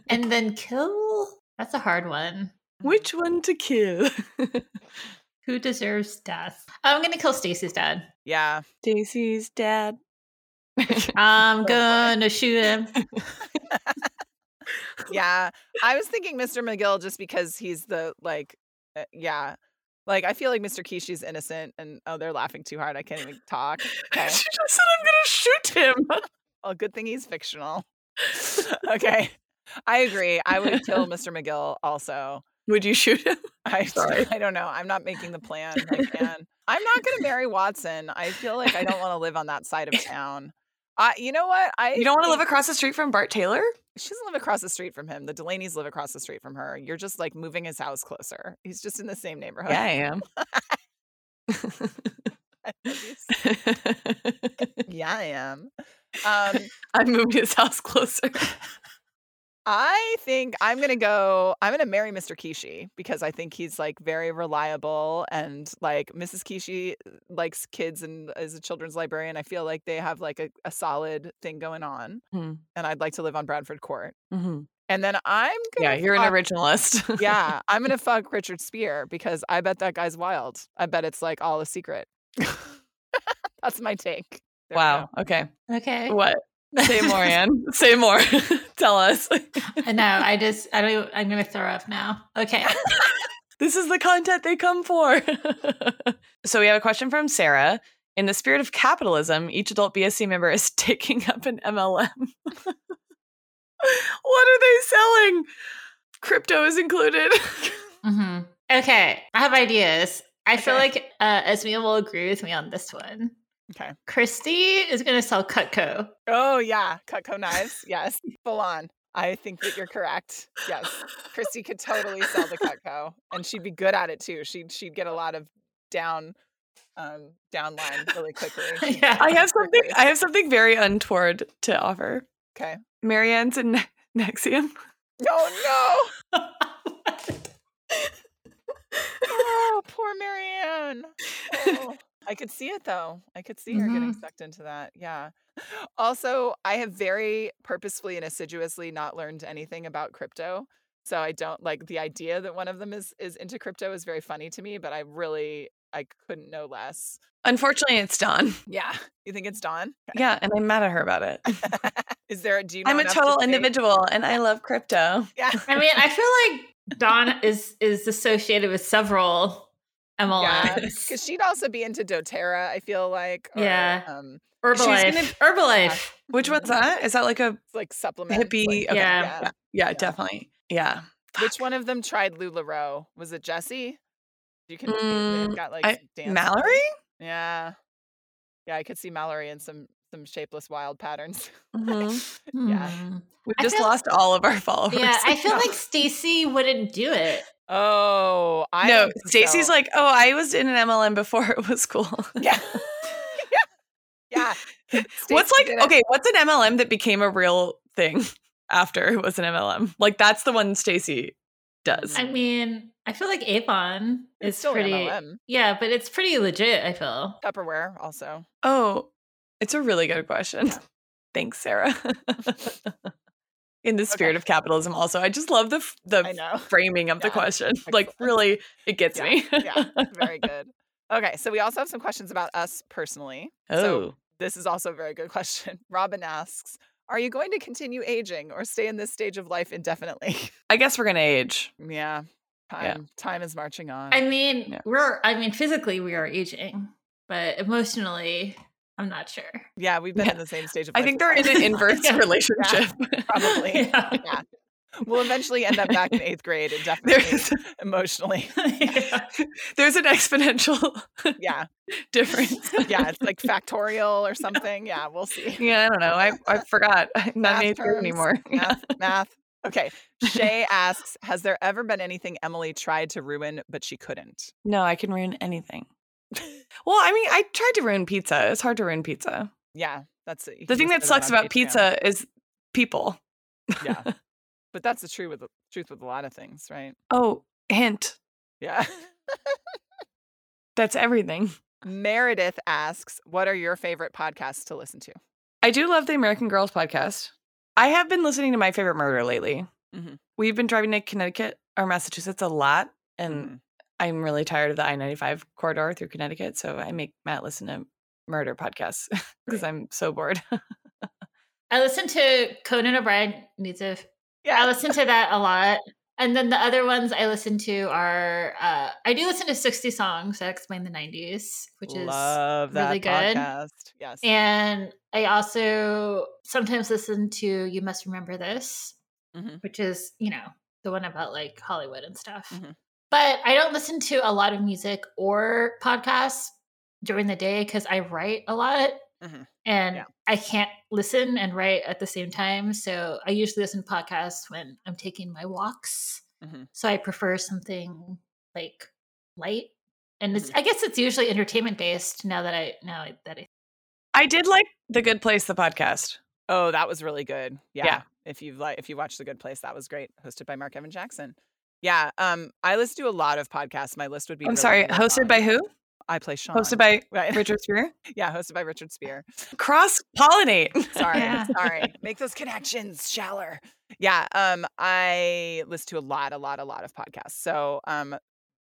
and then kill. That's a hard one.
Which one to kill?
Who deserves death? I'm gonna kill Stacy's dad.
yeah.
Stacy's dad.
I'm gonna shoot him.
Yeah. I was thinking Mr. McGill just because he's the like uh, yeah. Like I feel like Mr. Kishi's innocent and oh they're laughing too hard. I can't even talk.
She
Okay.
just said I'm gonna shoot him.
Well, good thing he's fictional. okay. I agree. I would kill Mr. McGill also.
Would you shoot him?
I,
Sorry.
I don't know. I'm not making the plan. Like, Anne. I'm not going to marry Watson. I feel like I don't want to live on that side of town. I, you know what? I
You don't want to
think-
live across the street from Bart Taylor?
She doesn't live across the street from him. The Delaney's live across the street from her. You're just like moving his house closer. He's just in the same neighborhood.
I am.
yeah, I am. Um,
I moved his house closer.
I think I'm gonna go. I'm gonna marry Mr. Kishi because I think he's like very reliable and like Mrs. Kishi uh, likes kids and is a children's librarian. I feel like they have like a, a solid thing going on,
Hmm.
and I'd like to live on Bradford Court.
Mhm.
And then I'm gonna
Yeah, you're an
fuck-
originalist.
yeah, I'm gonna fuck Richard Spear because I bet that guy's wild. I bet it's like all a secret. That's my take. There we
Wow.
go.
Okay.
Okay.
What? Say more, Anne. Say more. Tell us.
I know. Uh, I just. I don't. even- I'm gonna throw up now. Okay.
This is the content they come for. so we have a question from Sarah. In the spirit of capitalism, each adult BSC member is taking up an MLM. what are they selling? Crypto is included.
hmm Okay, I have ideas. I feel like uh, Esme will agree with me on this one.
Okay.
Christy is going to sell Cutco.
Oh yeah, Cutco knives. Yes, full on. I think that you're correct. Yes, Christy could totally sell the Cutco, and she'd be good at it too. She'd she'd get a lot of down, um, downline really quickly. She'd
Yeah.
get
I
it
have something
quickly.
I have something very untoward to offer.
Okay.
Marianne's in Ne- Nexium.
Oh no! Oh, poor Marianne. Oh, I could see it though. I could see her getting
Mm-hmm.
sucked into that. Yeah. Also, I have very purposefully and assiduously not learned anything about crypto. So I don't like the idea that one of them is is into crypto is very funny to me, but I really I couldn't know less.
Unfortunately, it's Dawn.
Yeah. You think it's Dawn?
Yeah, and I'm mad at her about it.
Is there a do you know
I'm a
enough to
total
say-
individual and I love crypto.
Yeah.
I mean, I feel like Dawn is is associated with several MLMs.
Because she'd also be into doTERRA, I feel like. or,
Yeah.
Um
Herbalife.
she's
Herbalife.
Which one's that? Is that like a
it's like supplement.
hippie?
like-
okay,
Yeah.
yeah.
Yeah, definitely. Yeah.
Which one of them tried LuLaRoe? Was it Jesse? You can
Mm,
they've got like
I-
dance
Mallory?
Yeah, yeah, I could see Mallory in some some shapeless wild patterns.
Mm-hmm.
Mm-hmm. Yeah.
Hmm.
We
I
just
feel-
lost all of our followers.
Yeah, I feel like Stacy wouldn't do it.
Oh, I
no,
don't think
Stacy's
so.
like, oh, I was in an MLM before it was cool.
yeah, yeah. yeah.
what's
Stacey
like,
did it.
okay, what's an MLM that became a real thing after it was an MLM? Like, that's the one Stacy does.
I mean, I feel like Avon
It's
is
still an
pretty.
MLM.
Yeah, but it's pretty legit. I feel.
Tupperware also.
Oh, it's a really good question. Thanks, Sarah. In the spirit of capitalism, also, I just love the f-
I
the
know.
framing of the
Yeah.
question. Like,
Excellent.
really, it gets
Yeah.
me.
yeah, very good. Okay, so we also have some questions about us personally. So
oh,
This is also a very good question. Robin asks, are you going to continue aging or stay in this stage of life indefinitely?
I guess we're gonna age.
yeah. Time
Yeah.
time is marching on.
I mean,
Yeah.
we're. I mean, physically we are aging, but emotionally, I'm not sure.
yeah, we've been
Yeah.
in the same stage of
I
life
think
for
they're
a
in
while.
an inverse
Yeah.
relationship.
probably.
Yeah.
Yeah. We'll eventually end up back in eighth grade and definitely
There's
emotionally.
there's an exponential
Yeah.
difference.
Yeah. It's like factorial or something. Yeah, we'll see.
Yeah, I don't know. I, I forgot. I'm not
Math
in eighth grade
terms.
anymore.
Math, math. Okay. Shay asks, has there ever been anything Emily tried to ruin but she couldn't?
No, I can ruin anything. well, I mean, I tried to ruin pizza. It's hard to ruin pizza.
Yeah, that's
The
you can
thing
just
that
put it
sucks
on
about
Patreon.
pizza is people.
yeah. But that's the truth with truth with a lot of things, right?
Oh, hint.
Yeah.
That's everything.
Meredith asks, what are your favorite podcasts to listen to?
I do love the American Girls podcast. I have been listening to My Favorite Murder lately.
Mhm.
We've been driving to Connecticut or Massachusetts a lot, and
Mhm.
I'm really tired of the I 95 corridor through Connecticut. So I make Matt listen to murder podcasts because I'm so bored.
I listened to Conan O'Brien needs a. Yeah, I listen to that a lot. And then the other ones I listen to are uh, I do listen to 60 songs that explain the 90s, which is
Love that
really good.
podcast. Yes.
and I also sometimes listen to You Must Remember This,
Mhm.
which is, you know, the one about like Hollywood and stuff.
Mhm.
But I don't listen to a lot of music or podcasts during the day because I write a lot
Mhm.
and
Yeah.
I can't listen and write at the same time. So I usually listen to podcasts when I'm taking my walks.
Mhm.
So I prefer something like light. And it's,
Mm-hmm.
I guess it's usually entertainment based now that I now that I
I did like The Good Place, the podcast.
Oh, that was really good. Yeah.
Yeah.
If you've like if you watched The Good Place, that was great. Hosted by Mark Evan Jackson. Yeah. Um, I listen to a lot of podcasts. My list would be
I'm
really
sorry,
long.
hosted by who?
I play Sean.
Hosted by
right.
Richard Spear.
yeah, hosted by Richard Spear.
Cross pollinate.
Sorry,
Yeah.
sorry. Make those connections, Shaller. Yeah, um, I listen to a lot, a lot, a lot of podcasts. So, um,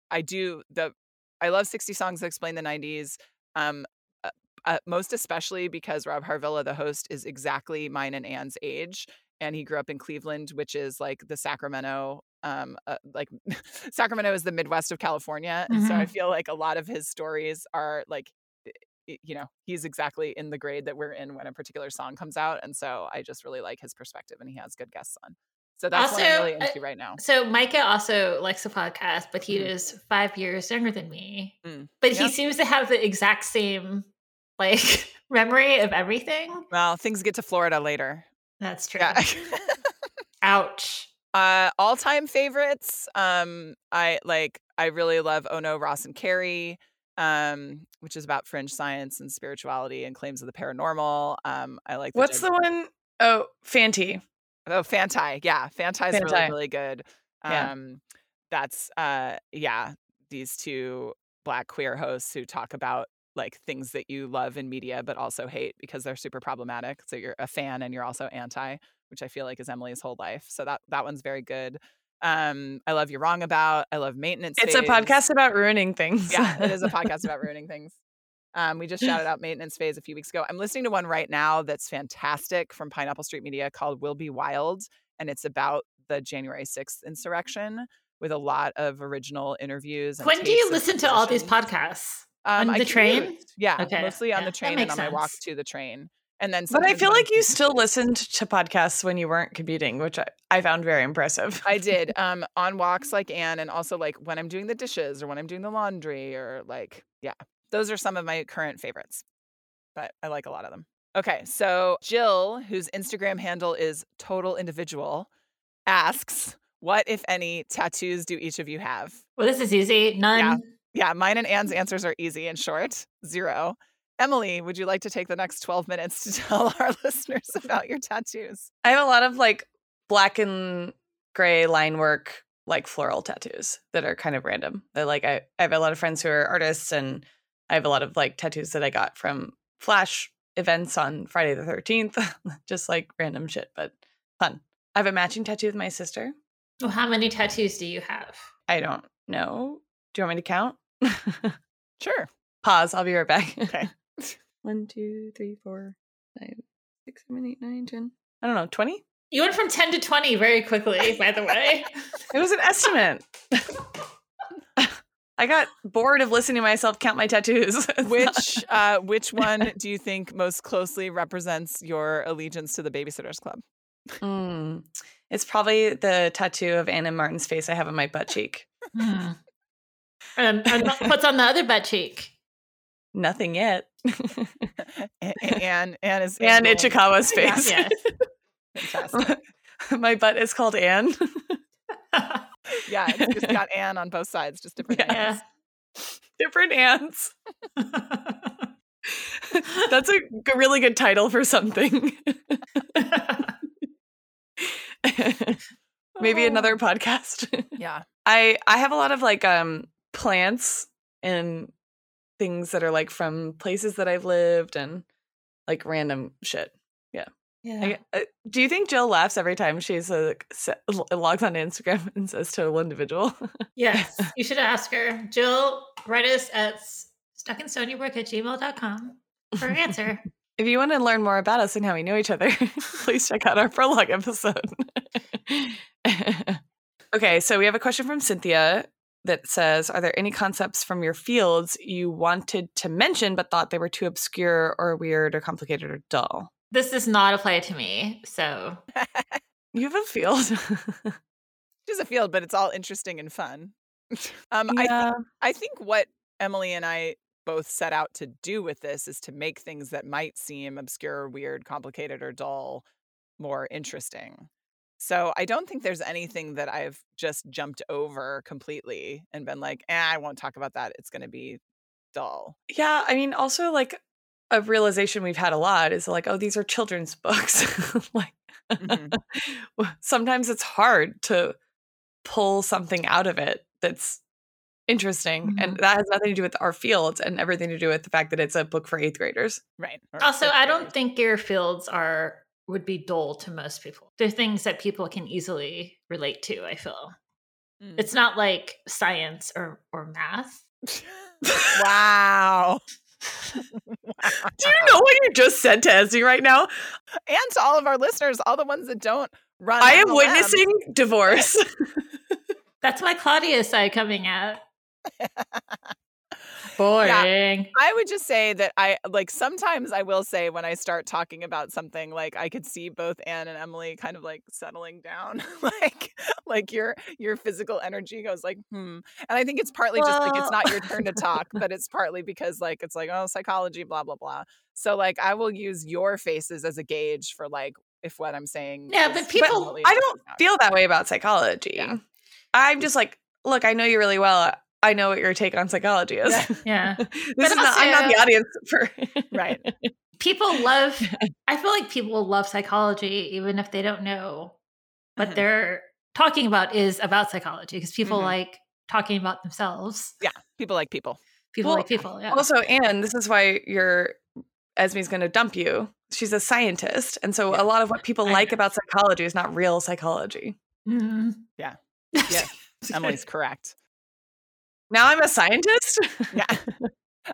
I do the, I love sixty songs that explain the '90s. Um, uh, uh, most especially because Rob Harvilla, the host, is exactly mine and Anne's age, and he grew up in Cleveland, which is like the Sacramento. Um, uh, like Sacramento is the Midwest of California, and so I feel like a lot of his stories are like y- you know he's exactly in the grade that we're in when a particular song comes out and so i just really like his perspective and he has good guests on so that's what i'm
Also,
really
I-
into right now
So Micah also likes the podcast, but he
Mhm.
is five years younger than me.
Mm,
But
yeah.
he seems to have the exact same like memory of everything.
well things get to florida later
That's true.
yeah
Ouch.
uh all-time favorites um i like i really love oh no ross and carrie um which is about fringe science and spirituality and claims of the paranormal um i like that
What's
they're-
the one? Oh, Fante.
Oh, Fantai. Yeah. Fantai's really,
Fanti.
really good. Um
Yeah.
that's uh yeah, these two black queer hosts who talk about like things that you love in media but also hate because they're super problematic. So you're a fan and you're also anti, which I feel like is Emily's whole life. So that that one's very good. Um I love You're Wrong About. I love Maintenance.
It's a
Phase.
podcast about ruining things.
Yeah, it is a podcast about ruining things. Um, we just shouted out maintenance phase a few weeks ago. I'm listening to one right now that's fantastic from Pineapple Street Media called Will Be Wild, and it's about the January 6th insurrection with a lot of original interviews. and
When do
tapes
you
of
listen to all these
musicians.
podcasts?
Um,
on
I
the train?
commute. Yeah,
Okay,
mostly on
yeah,
the
that
train and
makes
on my walk
sense.
to the train. And then,
But I
sometimes
feel
when
like you
commute to
still
the-
listened to podcasts when you weren't commuting, which I, I found very impressive.
I did um, on walks like Anne, and also like when I'm doing the dishes or when I'm doing the laundry or like yeah, those are some of my current favorites, but I like a lot of them. Okay, so Jill, whose Instagram handle is total individual, asks, "What if any tattoos do each of you have?"
Well, this is easy. None.
Yeah, mine and Anne's answers are easy and short. Zero. Emily, would you like to take the next 12 minutes to tell our listeners about your tattoos?
I have a lot of like black and gray line work, like floral tattoos that are kind of random. They're like I, I have a lot of friends who are artists, and I have a lot of like tattoos that I got from flash events on Friday the 13th, just like random shit, but fun. I have a matching tattoo with my sister.
Well, Oh, how many tattoos do you have?
I don't know. Do you want me to count?
Sure.
Pause. I'll be right back.
Okay.
One, two, three, four, five, six, seven, eight, nine, ten. I don't know, 20?
You went from 10 to 20 very quickly, by the way.
It was an estimate. I got bored of listening to myself count my tattoos. It's not-
Which uh, which one do you think most closely represents your allegiance to the Babysitters Club?
Mm. it's probably the tattoo of Anna Martin's face I have on my butt cheek.
Hmm. And, and what's on the other butt cheek?
Nothing yet.
A- a- Anne, Anne is
and
single
Ichikawa's face.
Yes.
Fantastic.
My butt is called Anne.
Yeah, it's just got Anne on both sides, just different.
Yeah.
Annes.
yeah.
Different ants. That's a g- really good title for something. Maybe another podcast.
Yeah.
I I have a lot of like um plants and things that are like from places that I've lived and like random shit.
yeah.
I, uh, do you think Jill laughs every time she's uh, like, se- logs on Instagram and says total individual?
Yes. You should ask her. Jill, write us at stuckinstonybrook at gmail.com for an answer.
If you want to learn more about us and how we know each other, please check out our prologue episode. okay, so we have a question from Cynthia that says Are there any concepts from your fields you wanted to mention but thought they were too obscure or weird or complicated or dull?
this does not apply to me. So
You have a field.
Mm, Just a field, but it's all interesting and fun. um, I
Yeah.
I think what Emily and I both set out to do with this is to make things that might seem obscure, weird, complicated, or dull more interesting. So I don't think there's anything that I've just jumped over completely and been like, eh, I won't talk about that. It's going to be dull.
Yeah, I mean, also like a realization we've had a lot is like, oh, these are children's books. like,
Mhm.
sometimes it's hard to pull something out of it that's interesting, and that has nothing to do with our fields and everything to do with the fact that it's a book for eighth graders.
Right. or
also
fifth
I
graders.
don't think your fields are would be dull to most people. They're things that people can easily relate to, I feel.
Mm.
It's not like science or or math.
wow.
Do you know what you just said to Esme right now?
And to all of our listeners, all the ones that don't run.
I
on
am
the lam.
witnessing divorce.
That's my Claudia side coming out. Boring.
I would just say that I like sometimes I will say when I start talking about something like I could see both Anne and Emily kind of like settling down like like your your physical energy goes like hmm and I think it's partly just like it's not your turn to talk but it's partly because like it's like oh psychology blah blah blah so like I will use your faces as a gauge for like if what I'm saying
Yeah, but
is
people-
remotely
I don't
interesting or not.
feel that way about psychology.
Yeah.
I'm just like, look, I know you really well. I know what your take on psychology is.
Yeah.
Yeah.
this is not, I'm not
also-
the audience for
right
People love I feel like people love psychology even if they don't know what
Mhm.
they're talking about is about psychology because people
Mhm.
like talking about themselves.
people like people
People
Well,
like people. Yeah.
Also, Anne, this is why your Esme's going to dump you. She's a scientist, and so
Yeah.
a lot of what people
I
like
know.
about psychology is not real psychology.
Mhm.
Yeah. Yeah. Emily's correct
Now I'm a scientist.
yeah.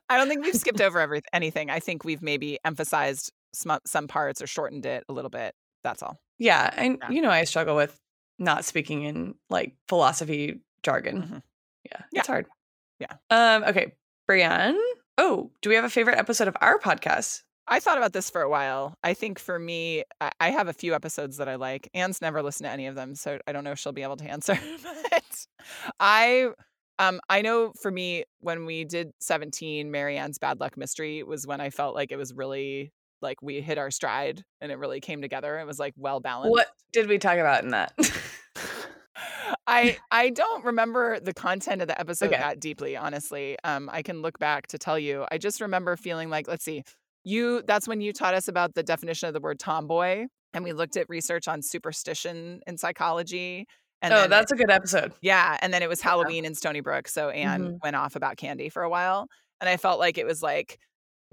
I don't think we've skipped over everything. Anything. I think we've maybe emphasized some some parts or shortened it a little bit. That's all.
yeah, and
Yeah.
you know I struggle with not speaking in like philosophy jargon.
Mhm.
Yeah,
Yeah.
it's hard.
Yeah.
Um. Okay, Brienne. Oh, do we have a favorite episode of our podcast?
I thought about this for a while. I think for me, I, I have a few episodes that I like. Anne's never listened to any of them, so I don't know if she'll be able to answer. but I um I know for me when we did 17, Marianne's Bad Luck Mystery was when I felt like it was really like we hit our stride and it really came together. It was like well balanced.
What did we talk about in that?
I I don't remember the content of the episode
Okay.
that deeply, honestly. Um, I can look back to tell you. I just remember feeling like, let's see, you. That's when you taught us about the definition of the word tomboy, and we looked at research on superstition and psychology. And
oh,
then-
that's a good episode.
yeah, and then it was Halloween in Stony Brook, so Anne
Mm-hmm.
went off about candy for a while, and I felt like it was like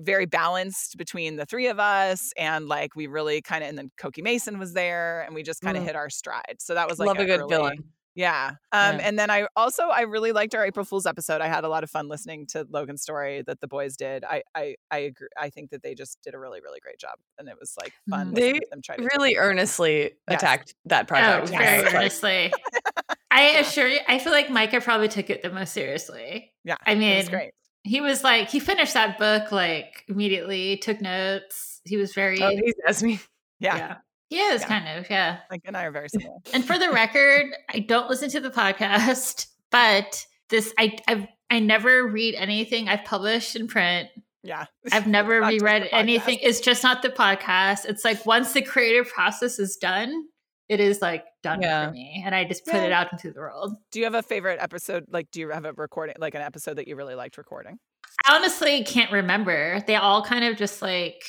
very balanced between the three of us, and like we really kind of, and then Cokie Mason was there, and we just kind of
Mm.
hit our stride. So that was like
Love a,
a
good
early-
villain.
yeah. Um,
Yeah.
and then I also I really liked our April Fools episode. I had a lot of fun listening to Logan's story that the boys did. I I I agree. I think that they just did a really really great job, and it was like fun.
Mhm.
listening
Mm-hmm. They
to them try to do
Really earnestly
Yes.
attacked that
Oh,
project.
very
Yes.
earnestly. I assure you, I feel like Micah probably took it the most seriously.
Yeah,
I
it was
mean,
great.
he was like, he finished that book like immediately, took notes. He was very,
Oh, he's Esme.
Yeah,
he is
Yeah.
kind of, yeah.
Mike and I are very similar.
And for the record, I don't listen to the podcast, but this, I, I've, I never read anything I've published in print.
Yeah,
I've never
Not just the
reread anything.
podcast.
It's just not the podcast. It's like once the creative process is done, It is like done
Yeah.
for me, and I just put
Yeah.
it out into the world.
Do you have a favorite episode? Like, do you have a recording, like an episode that you really liked recording?
I honestly can't remember. They all kind of just like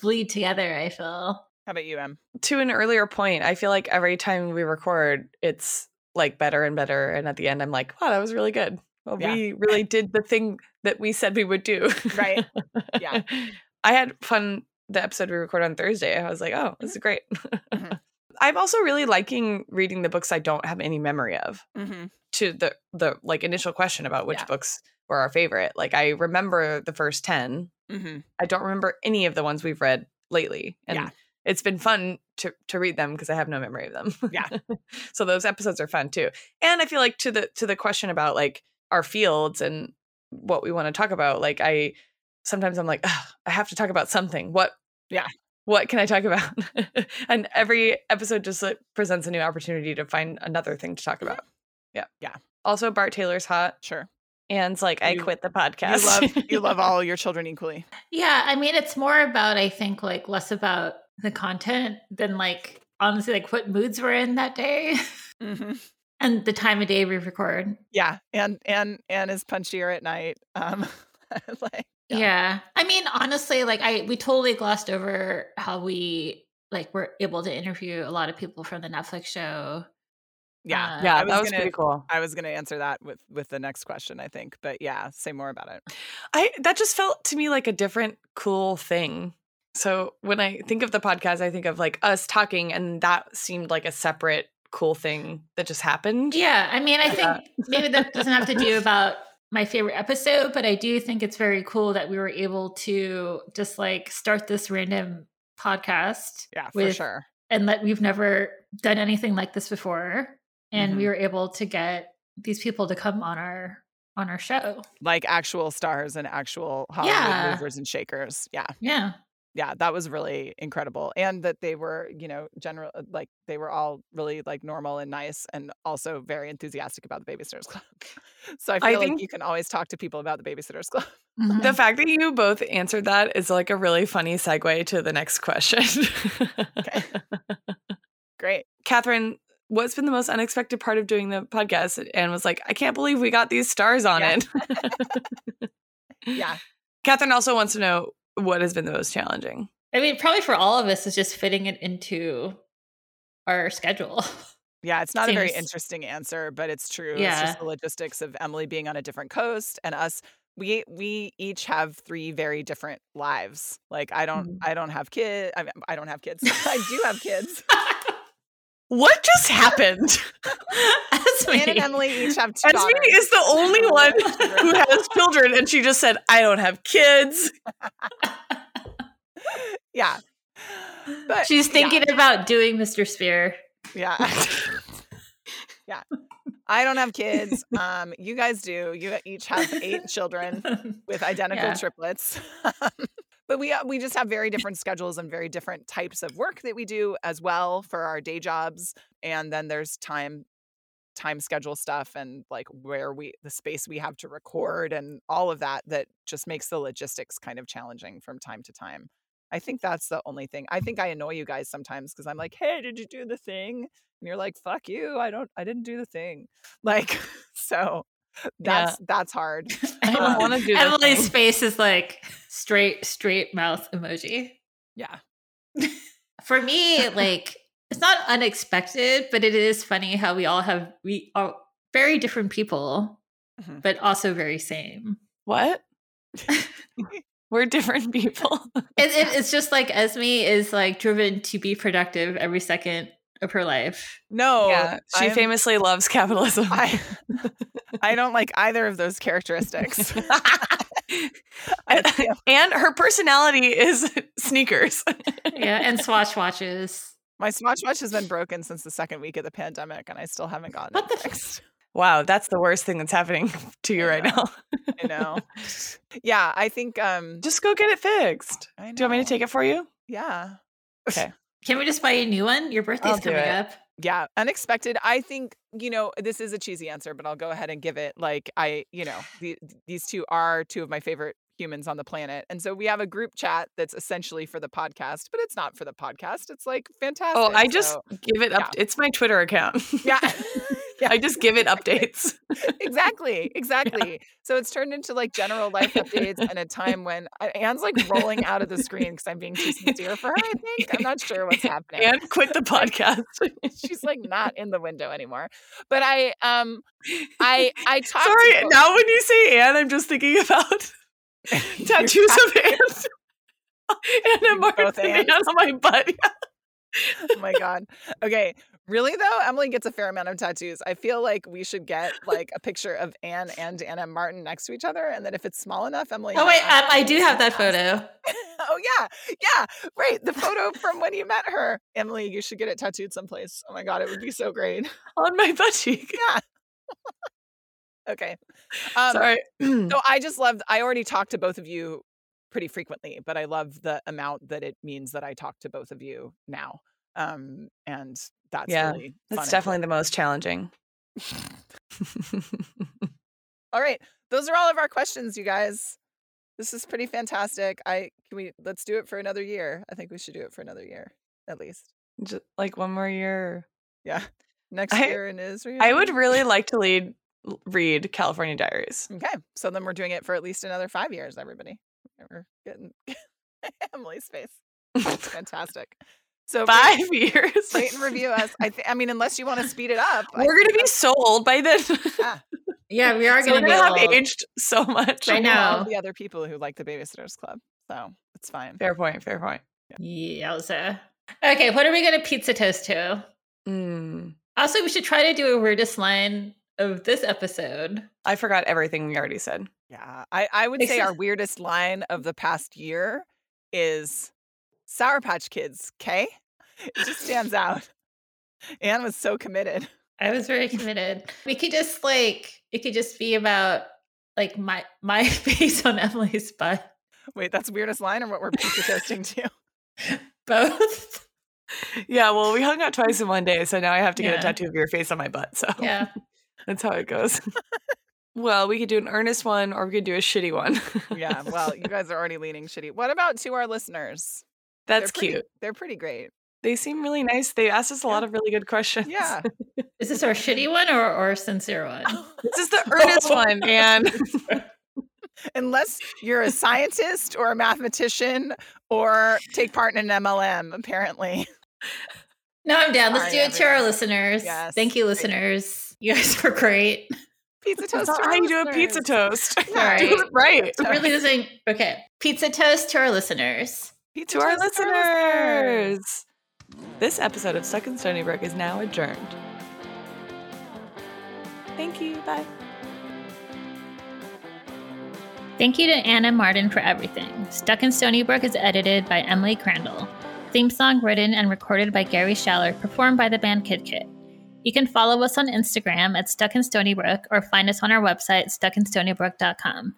bleed together. I feel.
How about you, Em?
to an earlier point, I feel like every time we record, it's like better and better. And at the end, I'm like, wow, that was really good. Well,
Yeah.
We really did the thing that we said we would do.
Right. Yeah.
I had fun the episode we record on Thursday. I was like, oh, this is
Mm-hmm.
great.
Mhm.
I'm also really liking reading the books I don't have any memory of
Mm-hmm.
to the the like initial question about which
Yeah.
books were our favorite. Like I remember the first 10.
Mm-hmm.
I don't remember any of the ones we've read lately. And
Yeah.
it's been fun to to read them because I have no memory of them.
Yeah.
so those episodes are fun too. And I feel like to the to the question about like our fields and what we want to talk about, like I sometimes I'm like, "Ugh, I have to talk about something. What
Yeah.
What can I talk about? and every episode just like, presents a new opportunity to find another thing to talk about. Yeah.
Yeah.
Also Bart Taylor's hot.
Sure.
And's like, I
You-
quit the
You
podcast.
love you love all your children equally.
Yeah, I mean, it's more about I think like less about the content than like honestly like what moods we're in that day
Mm-hmm.
and the time of day we record.
Yeah, and and and is punchier at night. Um, like
Yeah. I mean, honestly, like I we totally glossed over how we like were able to interview a lot of people from the Netflix show.
yeah.
Uh,
yeah,
I was
that was
gonna-
pretty cool.
I was going to answer that with with the next question, I think. But yeah, say more about it.
I that just felt to me like a different cool thing. So when I think of the podcast, I think of like us talking, and that seemed like a separate cool thing that just happened.
Yeah. I mean, I
Yeah.
think maybe that doesn't have to do about my favorite episode, but I do think it's very cool that we were able to just like start this random podcast
Yeah, for
With-
sure.
and that we've never done anything like this before. And we were able to get these people to come on our on our show.
Like actual stars and actual Hollywood
Yeah.
movers and shakers. Yeah.
Yeah.
yeah that was really incredible and that they were you know general uh, like they were all really like normal and nice and also very enthusiastic about the babysitters club so i feel
I
like
think- Mm-hmm.
you can always talk to people about the babysitters club
Mhm.
The fact that you both answered that is like a really funny segue to the next question.
great
Catherine, what's been the most unexpected part of doing the podcast? And was like, I can't believe we got these stars on
Yeah.
it.
yeah
Catherine also wants to know what has been the most challenging.
I mean, probably for all of us is just fitting it into our schedule.
yeah it's not a very
Seems-
interesting answer but it's true it's just the logistics of emily being on a different coast and us we we each have three very different lives like i don't
Mhm.
i don't have kids I, mean, I don't have kids i do have kids
What just happened?
That's me.
Anne and Emily each have two
Esme
daughters.
is the only one who
Children.
has children, and she just said, "I don't have kids."
yeah. But
She's
yeah,
thinking about doing Mr. Spear.
Yeah. yeah. I don't have kids. Um, you guys do. You e, each have eight children with identical
Yeah.
triplets. but we uh, we just have very different schedules and very different types of work that we do as well for our day jobs. And then there's time time schedule stuff and like where we the space we have to record and all of that that just makes the logistics kind of challenging from time to time. I think that's the only thing. I think I annoy you guys sometimes because I'm like, "Hey, did you do the thing?" and you're like, "Fuck you. I don't I didn't do the thing." Like so that's that's hard.
I
don't
don't
wanna do this
Emily's
thing.
face is like straight, straight mouth emoji.
Yeah.
For me, like it's not unexpected, but it is funny how we all have we are very different people,
Mhm.
but also very same.
What? We're different people.
It, it, it's just like Esme is like driven to be productive every second of her life.
No.
Oh, she
I'm-
famously loves capitalism.
I, I don't like either of those characteristics. I feel-
and her personality is sneakers.
Yeah, and Swatch watches.
my Swatch watch has been broken since the second week of the pandemic, and I still haven't gotten
What
it
the f-
fixed.
Wow, that's the worst thing that's happening to you right now.
I know. Yeah, I think. Um,
Just go get it fixed.
I
Do you want me to
know.
take it for you?
Yeah.
Can we just buy a new one? Your birthday's
I'll do
coming
it.
up.
Yeah, unexpected. I think, you know, this is a cheesy answer, but I'll go ahead and give it. Like, I, you know, the, these two are two of my favorite humans on the planet. And so we have a group chat that's essentially for the podcast, but it's not for the podcast. It's like fantastic.
Oh, I just
So-
give it up. It's my Twitter account.
yeah. yeah.
I just give it updates.
exactly exactly so it's turned into like general life updates and a time when I- anne's like rolling out of the screen because i'm being too sincere for her i think i'm not sure what's happening
and quit the podcast.
she's like not in the window anymore but i um i i talked to
Sorry,
folks-
now when you say Anne, I'm just thinking about tattoos of hands. Anna
You both
Martin
Annes?
and on my butt.
oh my god okay really though emily gets a fair amount of tattoos i feel like we should get like a picture of anne and anna martin next to each other and then if it's small enough emily
Oh
might
wait,
ask
um, I
you
do
to
have that
ask.
photo.
oh yeah, yeah, right. The photo from when you met her, Emily. You should get it tattooed someplace. Oh my god, it would be so great.
on my butt cheek.
Yeah. okay. Um,
Sorry.
So I just loved. I already talked to both of you pretty frequently, but I love the amount that it means that I talk to both of you now. Um, and that's
Yeah,
really fun
That's
and
definitely the most challenging.
All right. Those are all of our questions, you guys. This is pretty fantastic. I can we let's do it for another year. I think we should do it for another year at least.
Just like one more year.
Yeah. Next
I-
year in Israel.
I would really like to lead read California Diaries.
Okay. So then we're doing it for at least another 5 years everybody. We're getting Emily's face. Fantastic. So rate-
Five years.
Rate and review us. I, th- I mean, unless you want to speed it up, I
We're gonna be
think
so old by then.
Yeah, we are
So we're
going to be
gonna have
old.
aged so much.
I
that's
know.
all the other people who like the Babysitters Club, so it's fine.
Fair point. Fair point.
Yowza. Okay, what are we going to pizza toast to?
Mm.
Also, we should try to do a weirdest line of this episode.
I forgot everything we already said.
Yeah, I, I would say our weirdest line of the past year is Sour Patch Kids. K. It just stands out. Anne was so committed.
I was very committed. We could just like it could just be about like my my face on Emily's butt.
Wait, that's weirdest line or what we're pizza toasting to?
Both.
Yeah, well, we hung out twice in one day, so now I have to get
Yeah.
a tattoo of your face on my butt. So
Yeah.
that's how it goes. well, we could do an earnest one, or we could do a shitty one.
Yeah, well, you guys are already leaning shitty. What about to our listeners? They're
that's
pretty-
cute.
They're pretty great.
They seem really nice. They asked us a lot of really good questions.
Yeah.
Is this our shitty one or or sincere one?
this is the earnest one, and
Unless you're a scientist or a mathematician or take part in an MLM, apparently.
No, I'm down. Let's do
Sorry,
it to our
everyone.
listeners.
Yes.
Thank you, listeners. You guys were great.
Pizza
that's
toast. to
not
our
how you do a pizza
listeners.
toast.
Sorry.
Do it right.
It really doesn't. Okay. Pizza toast to our listeners.
Pizza
to our
toast
listeners. This episode of Stuck in Stony Brook is now adjourned. Thank you. Bye.
Thank you to Anna Martin for everything. Stuck in Stony Brook is edited by Emily Crandall. Theme song written and recorded by Gary Schaller, performed by the band Kid Kit. You can follow us on Instagram at Stuck in Stony Brook or find us on our website, stuckinstonybrook.com.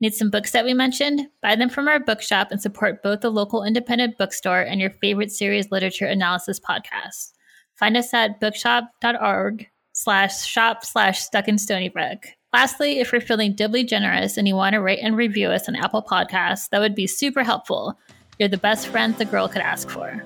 Need some books that we mentioned? Buy them from our bookshop and support both the local independent bookstore and your favorite series literature analysis podcast. Find us at bookshop.org slash shop slash stuck in Stony Brook. Lastly, if you're feeling doubly generous and you want to rate and review us on Apple Podcasts, that would be super helpful. You're the best friend the girl could ask for.